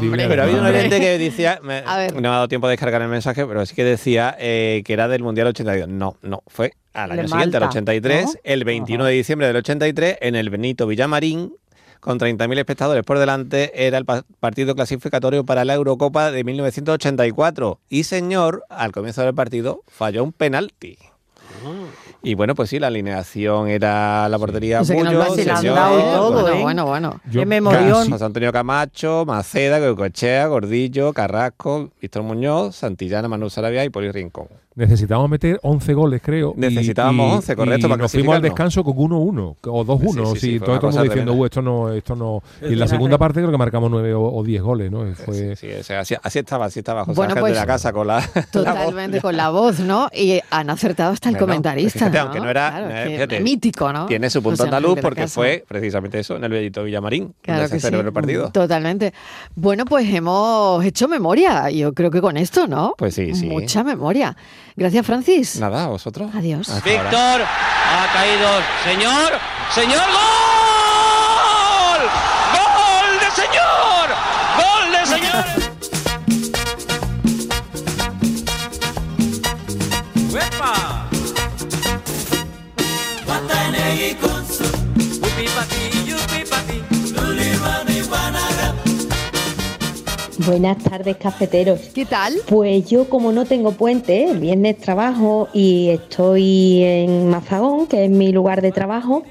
[SPEAKER 15] Hombre, pero ha habido un
[SPEAKER 1] Hombre.
[SPEAKER 15] oyente que decía, me-
[SPEAKER 1] A ver.
[SPEAKER 15] no me ha dado tiempo de descargar el mensaje, pero sí que decía eh, que era del Mundial 82. No, no, fue al
[SPEAKER 10] De
[SPEAKER 15] año siguiente, al
[SPEAKER 10] Malta,
[SPEAKER 15] 83,
[SPEAKER 10] ¿no?
[SPEAKER 15] el 21 de diciembre del 83, en el Benito Villamarín, con 30.000 espectadores por delante, era el pa- partido clasificatorio para la Eurocopa de 1984. Y señor, al comienzo del partido, falló un penalti. Y bueno, pues sí, la alineación era la portería
[SPEAKER 1] O sea que nos lo
[SPEAKER 15] Bullo,
[SPEAKER 1] han
[SPEAKER 15] Señor,
[SPEAKER 1] dado todo, ¿eh?
[SPEAKER 15] bueno,
[SPEAKER 1] bueno, bueno, bueno.
[SPEAKER 15] José Antonio Camacho, Maceda, Goicoechea, Gordillo, Carrasco, Víctor Muñoz, Santillana, Manu Sarabia y Poli Rincón.
[SPEAKER 3] Necesitábamos meter 11 goles, creo. y-
[SPEAKER 15] Necesitábamos
[SPEAKER 3] y-
[SPEAKER 15] 11, correcto,
[SPEAKER 3] y
[SPEAKER 15] para
[SPEAKER 3] nos fuimos al
[SPEAKER 15] clasificarnos.
[SPEAKER 3] descanso con 1-1 o 2-1.
[SPEAKER 15] Sí,
[SPEAKER 3] Sí,
[SPEAKER 15] sí, sí, fue una
[SPEAKER 3] todo el mundo
[SPEAKER 15] cosa tremenda.
[SPEAKER 3] diciendo, "Uh, esto no, esto no. Y en la
[SPEAKER 15] Era
[SPEAKER 3] segunda
[SPEAKER 15] re-
[SPEAKER 3] parte creo que marcamos 9 o, o 10 goles, ¿no? Fue-
[SPEAKER 15] Sí, o sea, así, así estaba, así estaba José
[SPEAKER 3] Bueno,
[SPEAKER 15] Ángel
[SPEAKER 3] pues,
[SPEAKER 15] de la Casa con la...
[SPEAKER 1] Totalmente con la voz, ¿no? Y han acertado hasta el
[SPEAKER 15] Bueno, pues
[SPEAKER 1] comentarista.
[SPEAKER 15] fíjate,
[SPEAKER 1] ¿no?
[SPEAKER 15] aunque no era-
[SPEAKER 1] Claro,
[SPEAKER 15] no era-
[SPEAKER 1] es que
[SPEAKER 15] fíjate,
[SPEAKER 1] mítico, ¿no?
[SPEAKER 15] Tiene su punto
[SPEAKER 1] José Ángel
[SPEAKER 15] andaluz
[SPEAKER 1] de la
[SPEAKER 15] porque
[SPEAKER 1] Casa.
[SPEAKER 15] fue precisamente eso, en el Bellito Villamarín,
[SPEAKER 1] Claro
[SPEAKER 15] donde
[SPEAKER 1] que
[SPEAKER 15] se
[SPEAKER 1] sí.
[SPEAKER 15] celebró el partido.
[SPEAKER 1] Totalmente. Bueno, pues hemos hecho memoria, yo creo que con esto, ¿no?
[SPEAKER 15] Pues sí, sí.
[SPEAKER 1] Mucha memoria. Gracias, Francis.
[SPEAKER 15] Nada, a vosotros.
[SPEAKER 1] Adiós.
[SPEAKER 7] Víctor ha caído. Señor, señor, gol. Gol de señor. Gol de señor. reggae concert. Whoopie papi, yuppie papi, luli rani wanara.
[SPEAKER 6] Buenas tardes, cafeteros.
[SPEAKER 1] ¿Qué tal?
[SPEAKER 6] Pues yo, como no tengo puente, el viernes trabajo y estoy en Mazagón, que es mi lugar de trabajo,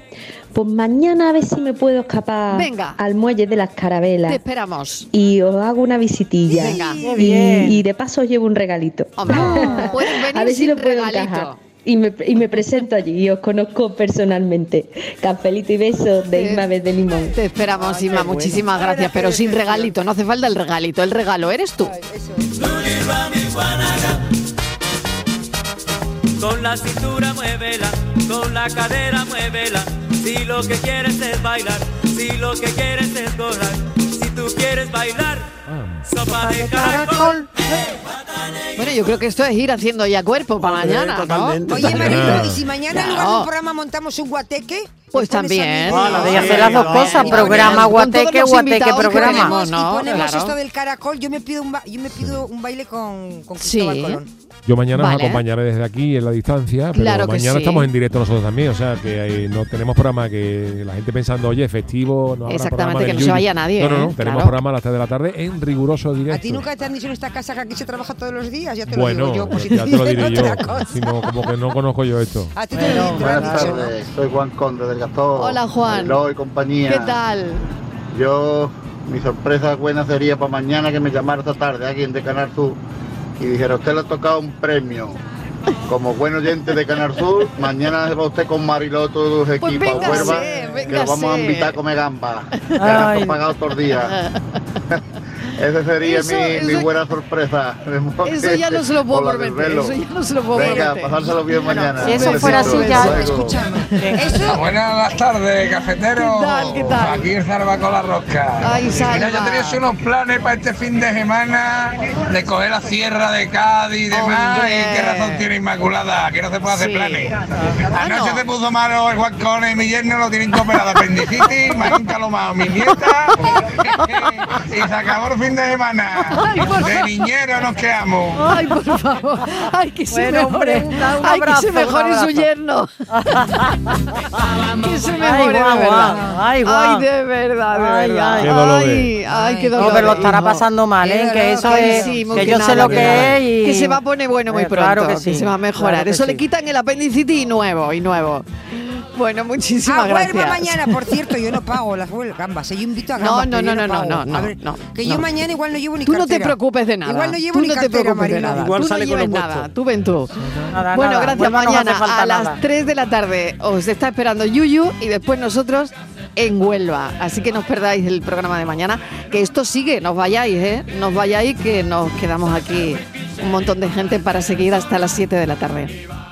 [SPEAKER 6] pues mañana a ver si me puedo escapar
[SPEAKER 1] Venga.
[SPEAKER 6] al muelle de las carabelas.
[SPEAKER 1] Te esperamos.
[SPEAKER 6] Y os hago una visitilla.
[SPEAKER 1] Venga. Qué
[SPEAKER 6] Y,
[SPEAKER 1] bien.
[SPEAKER 6] y de paso os llevo un regalito.
[SPEAKER 1] Puedes venir
[SPEAKER 6] a ver si
[SPEAKER 1] sin
[SPEAKER 6] lo puedo
[SPEAKER 1] regalito.
[SPEAKER 6] encajar. Y me, y me presento allí y os conozco personalmente. Cafelito y besos de
[SPEAKER 1] Te-
[SPEAKER 6] Isma Vez de Limón.
[SPEAKER 1] Te esperamos, Inma.
[SPEAKER 6] bueno.
[SPEAKER 1] Muchísimas gracias. Pero sin regalito, no hace falta el regalito. El regalo eres tú.
[SPEAKER 7] Con la cintura muévela, con la cadera muévela. Si lo que quieres es bailar, si lo que quieres es gozar, si tú quieres bailar, sopa de caracol.
[SPEAKER 1] Bueno, yo creo que esto es ir haciendo ya cuerpo para
[SPEAKER 2] Hombre,
[SPEAKER 1] mañana, ¿no?
[SPEAKER 2] totalmente. Oye, Marilo,
[SPEAKER 5] Y si mañana en lugar de un
[SPEAKER 1] Claro.
[SPEAKER 5] programa montamos un guateque,
[SPEAKER 1] Pues también.
[SPEAKER 4] Hola, voy a hacer las dos cosas, programa guateque, guateque, programa.
[SPEAKER 5] ponemos, y ponemos esto del caracol, yo me pido un, ba- yo me pido un baile con, con Cristóbal Colón.
[SPEAKER 3] Yo mañana
[SPEAKER 5] Vale.
[SPEAKER 3] os acompañaré desde aquí en la distancia, pero
[SPEAKER 5] Claro que
[SPEAKER 3] mañana
[SPEAKER 5] sí.
[SPEAKER 3] estamos en directo nosotros también, o sea que ahí no tenemos programa que la gente pensando, oye, festivo, no habrá
[SPEAKER 5] Exactamente,
[SPEAKER 3] programa
[SPEAKER 5] que
[SPEAKER 3] del
[SPEAKER 5] no se
[SPEAKER 3] Yuyu".
[SPEAKER 5] vaya nadie,
[SPEAKER 3] No, no, no,
[SPEAKER 5] ¿eh?
[SPEAKER 3] tenemos
[SPEAKER 5] Claro.
[SPEAKER 3] programa a las 3 de la tarde en riguroso
[SPEAKER 5] A ti
[SPEAKER 3] directo.
[SPEAKER 5] nunca te han dicho en estas casas que aquí se trabaja todos los días, ya te lo
[SPEAKER 3] Bueno,
[SPEAKER 5] digo yo. por si
[SPEAKER 3] ya te lo
[SPEAKER 5] dicen
[SPEAKER 3] diré yo,
[SPEAKER 5] otra cosa.
[SPEAKER 3] si no, como que no conozco yo esto.
[SPEAKER 1] Ah,
[SPEAKER 5] A ti te lo
[SPEAKER 11] Bueno,
[SPEAKER 5] digo, te lo han
[SPEAKER 11] buenas
[SPEAKER 5] dicho.
[SPEAKER 11] tardes, soy Juan Conde del Gastón.
[SPEAKER 1] Hola, Juan.
[SPEAKER 11] Mariló y compañía.
[SPEAKER 1] ¿Qué tal?
[SPEAKER 11] Yo, mi sorpresa buena sería para mañana que me llamara esta tarde alguien de Canal Sur y dijera, usted le ha tocado un premio. Como buen oyente de Canal Sur, mañana se va usted con Mariló y todos los
[SPEAKER 1] Pues
[SPEAKER 11] equipos a
[SPEAKER 1] véngase,
[SPEAKER 11] Huelva, que lo vamos a
[SPEAKER 1] véngase.
[SPEAKER 11] invitar a comer gamba. Gasto pagado todos los días. Esa sería
[SPEAKER 1] Eso-
[SPEAKER 11] mi, mi
[SPEAKER 1] eso-
[SPEAKER 11] buena sorpresa.
[SPEAKER 1] Eso ya no se lo puedo
[SPEAKER 11] Hola,
[SPEAKER 1] prometer.
[SPEAKER 11] desvelo.
[SPEAKER 1] Eso ya no se lo puedo
[SPEAKER 11] Venga,
[SPEAKER 1] prometer.
[SPEAKER 11] pasárselo bien mañana.
[SPEAKER 1] si eso
[SPEAKER 11] Un besito,
[SPEAKER 1] fuera así, ya-
[SPEAKER 11] hasta luego.
[SPEAKER 12] Buenas tardes, cafetero.
[SPEAKER 1] ¿Qué tal, qué tal?
[SPEAKER 12] Aquí el Zarba con la rosca.
[SPEAKER 1] Ay, Zarba.
[SPEAKER 12] Mira, yo tenía unos planes para este fin de semana de coger la sierra de Cádiz y
[SPEAKER 1] Oh,
[SPEAKER 12] demás. Y qué razón tiene Inmaculada, que no se puede hacer
[SPEAKER 13] Sí.
[SPEAKER 12] planes.
[SPEAKER 1] Ah,
[SPEAKER 12] Anoche se puso malo el Juan y mi yerno lo tienen cooperado apendicitis, Marinka lo más, mi nieta. y se acabó el fin de semana.
[SPEAKER 1] Ay, por
[SPEAKER 12] de
[SPEAKER 1] favor.
[SPEAKER 12] niñero nos quedamos.
[SPEAKER 1] Ay, por favor. Ay, que se
[SPEAKER 12] Bueno,
[SPEAKER 1] mejore.
[SPEAKER 12] hombre, un- un
[SPEAKER 1] Ay, que
[SPEAKER 12] abrazo,
[SPEAKER 1] se
[SPEAKER 12] un
[SPEAKER 1] mejore su
[SPEAKER 12] abrazo.
[SPEAKER 1] yerno. que se mejore,
[SPEAKER 4] Ay, guau,
[SPEAKER 1] de verdad.
[SPEAKER 4] guau. Ay, guau.
[SPEAKER 1] de verdad, de
[SPEAKER 4] Ay,
[SPEAKER 1] verdad.
[SPEAKER 4] ay. Qué dolor
[SPEAKER 1] ay,
[SPEAKER 4] es.
[SPEAKER 1] ay, qué dolor.
[SPEAKER 4] No, pero lo
[SPEAKER 1] es.
[SPEAKER 4] estará pasando mal, ¿eh? Que eso
[SPEAKER 1] Ay,
[SPEAKER 4] es.
[SPEAKER 1] sí, muy
[SPEAKER 4] que yo sé
[SPEAKER 1] nada,
[SPEAKER 4] lo que
[SPEAKER 1] nada.
[SPEAKER 4] es y.
[SPEAKER 1] Que se va a poner bueno muy
[SPEAKER 4] Eh,
[SPEAKER 1] pronto.
[SPEAKER 4] claro que sí.
[SPEAKER 1] se va a mejorar.
[SPEAKER 4] Claro que
[SPEAKER 1] Eso le
[SPEAKER 4] sí.
[SPEAKER 1] quitan el apendicitis y nuevo, y nuevo. Bueno, muchísimas
[SPEAKER 5] A
[SPEAKER 1] gracias.
[SPEAKER 5] Huelva Ah, mañana, por cierto, yo no pago las huel- gambas, eh, yo invito a
[SPEAKER 1] No,
[SPEAKER 5] gambas.
[SPEAKER 1] no, no,
[SPEAKER 5] pero yo
[SPEAKER 1] no, no,
[SPEAKER 5] pago.
[SPEAKER 1] no, no,
[SPEAKER 5] A ver,
[SPEAKER 1] no,
[SPEAKER 5] Que
[SPEAKER 1] no.
[SPEAKER 5] yo mañana igual no llevo ni
[SPEAKER 1] Tú no
[SPEAKER 5] cartera.
[SPEAKER 1] te preocupes de nada.
[SPEAKER 5] Igual no llevo
[SPEAKER 1] Tú
[SPEAKER 5] ni
[SPEAKER 1] no te
[SPEAKER 5] cartera,
[SPEAKER 1] preocupes de
[SPEAKER 5] Marilo.
[SPEAKER 1] nada. Tú no lleves nada. Tú ven tú.
[SPEAKER 4] Nada,
[SPEAKER 1] bueno,
[SPEAKER 4] nada.
[SPEAKER 1] gracias.
[SPEAKER 4] Huelva no nos
[SPEAKER 1] mañana
[SPEAKER 4] hace falta
[SPEAKER 1] a las
[SPEAKER 4] nada.
[SPEAKER 1] 3 de la tarde os está esperando Yuyu y después nosotros en Huelva. Así que no os perdáis el programa de mañana. Que esto sigue, nos vayáis, ¿eh? Nos vayáis que nos quedamos aquí un montón de gente para seguir hasta las 7 de la tarde.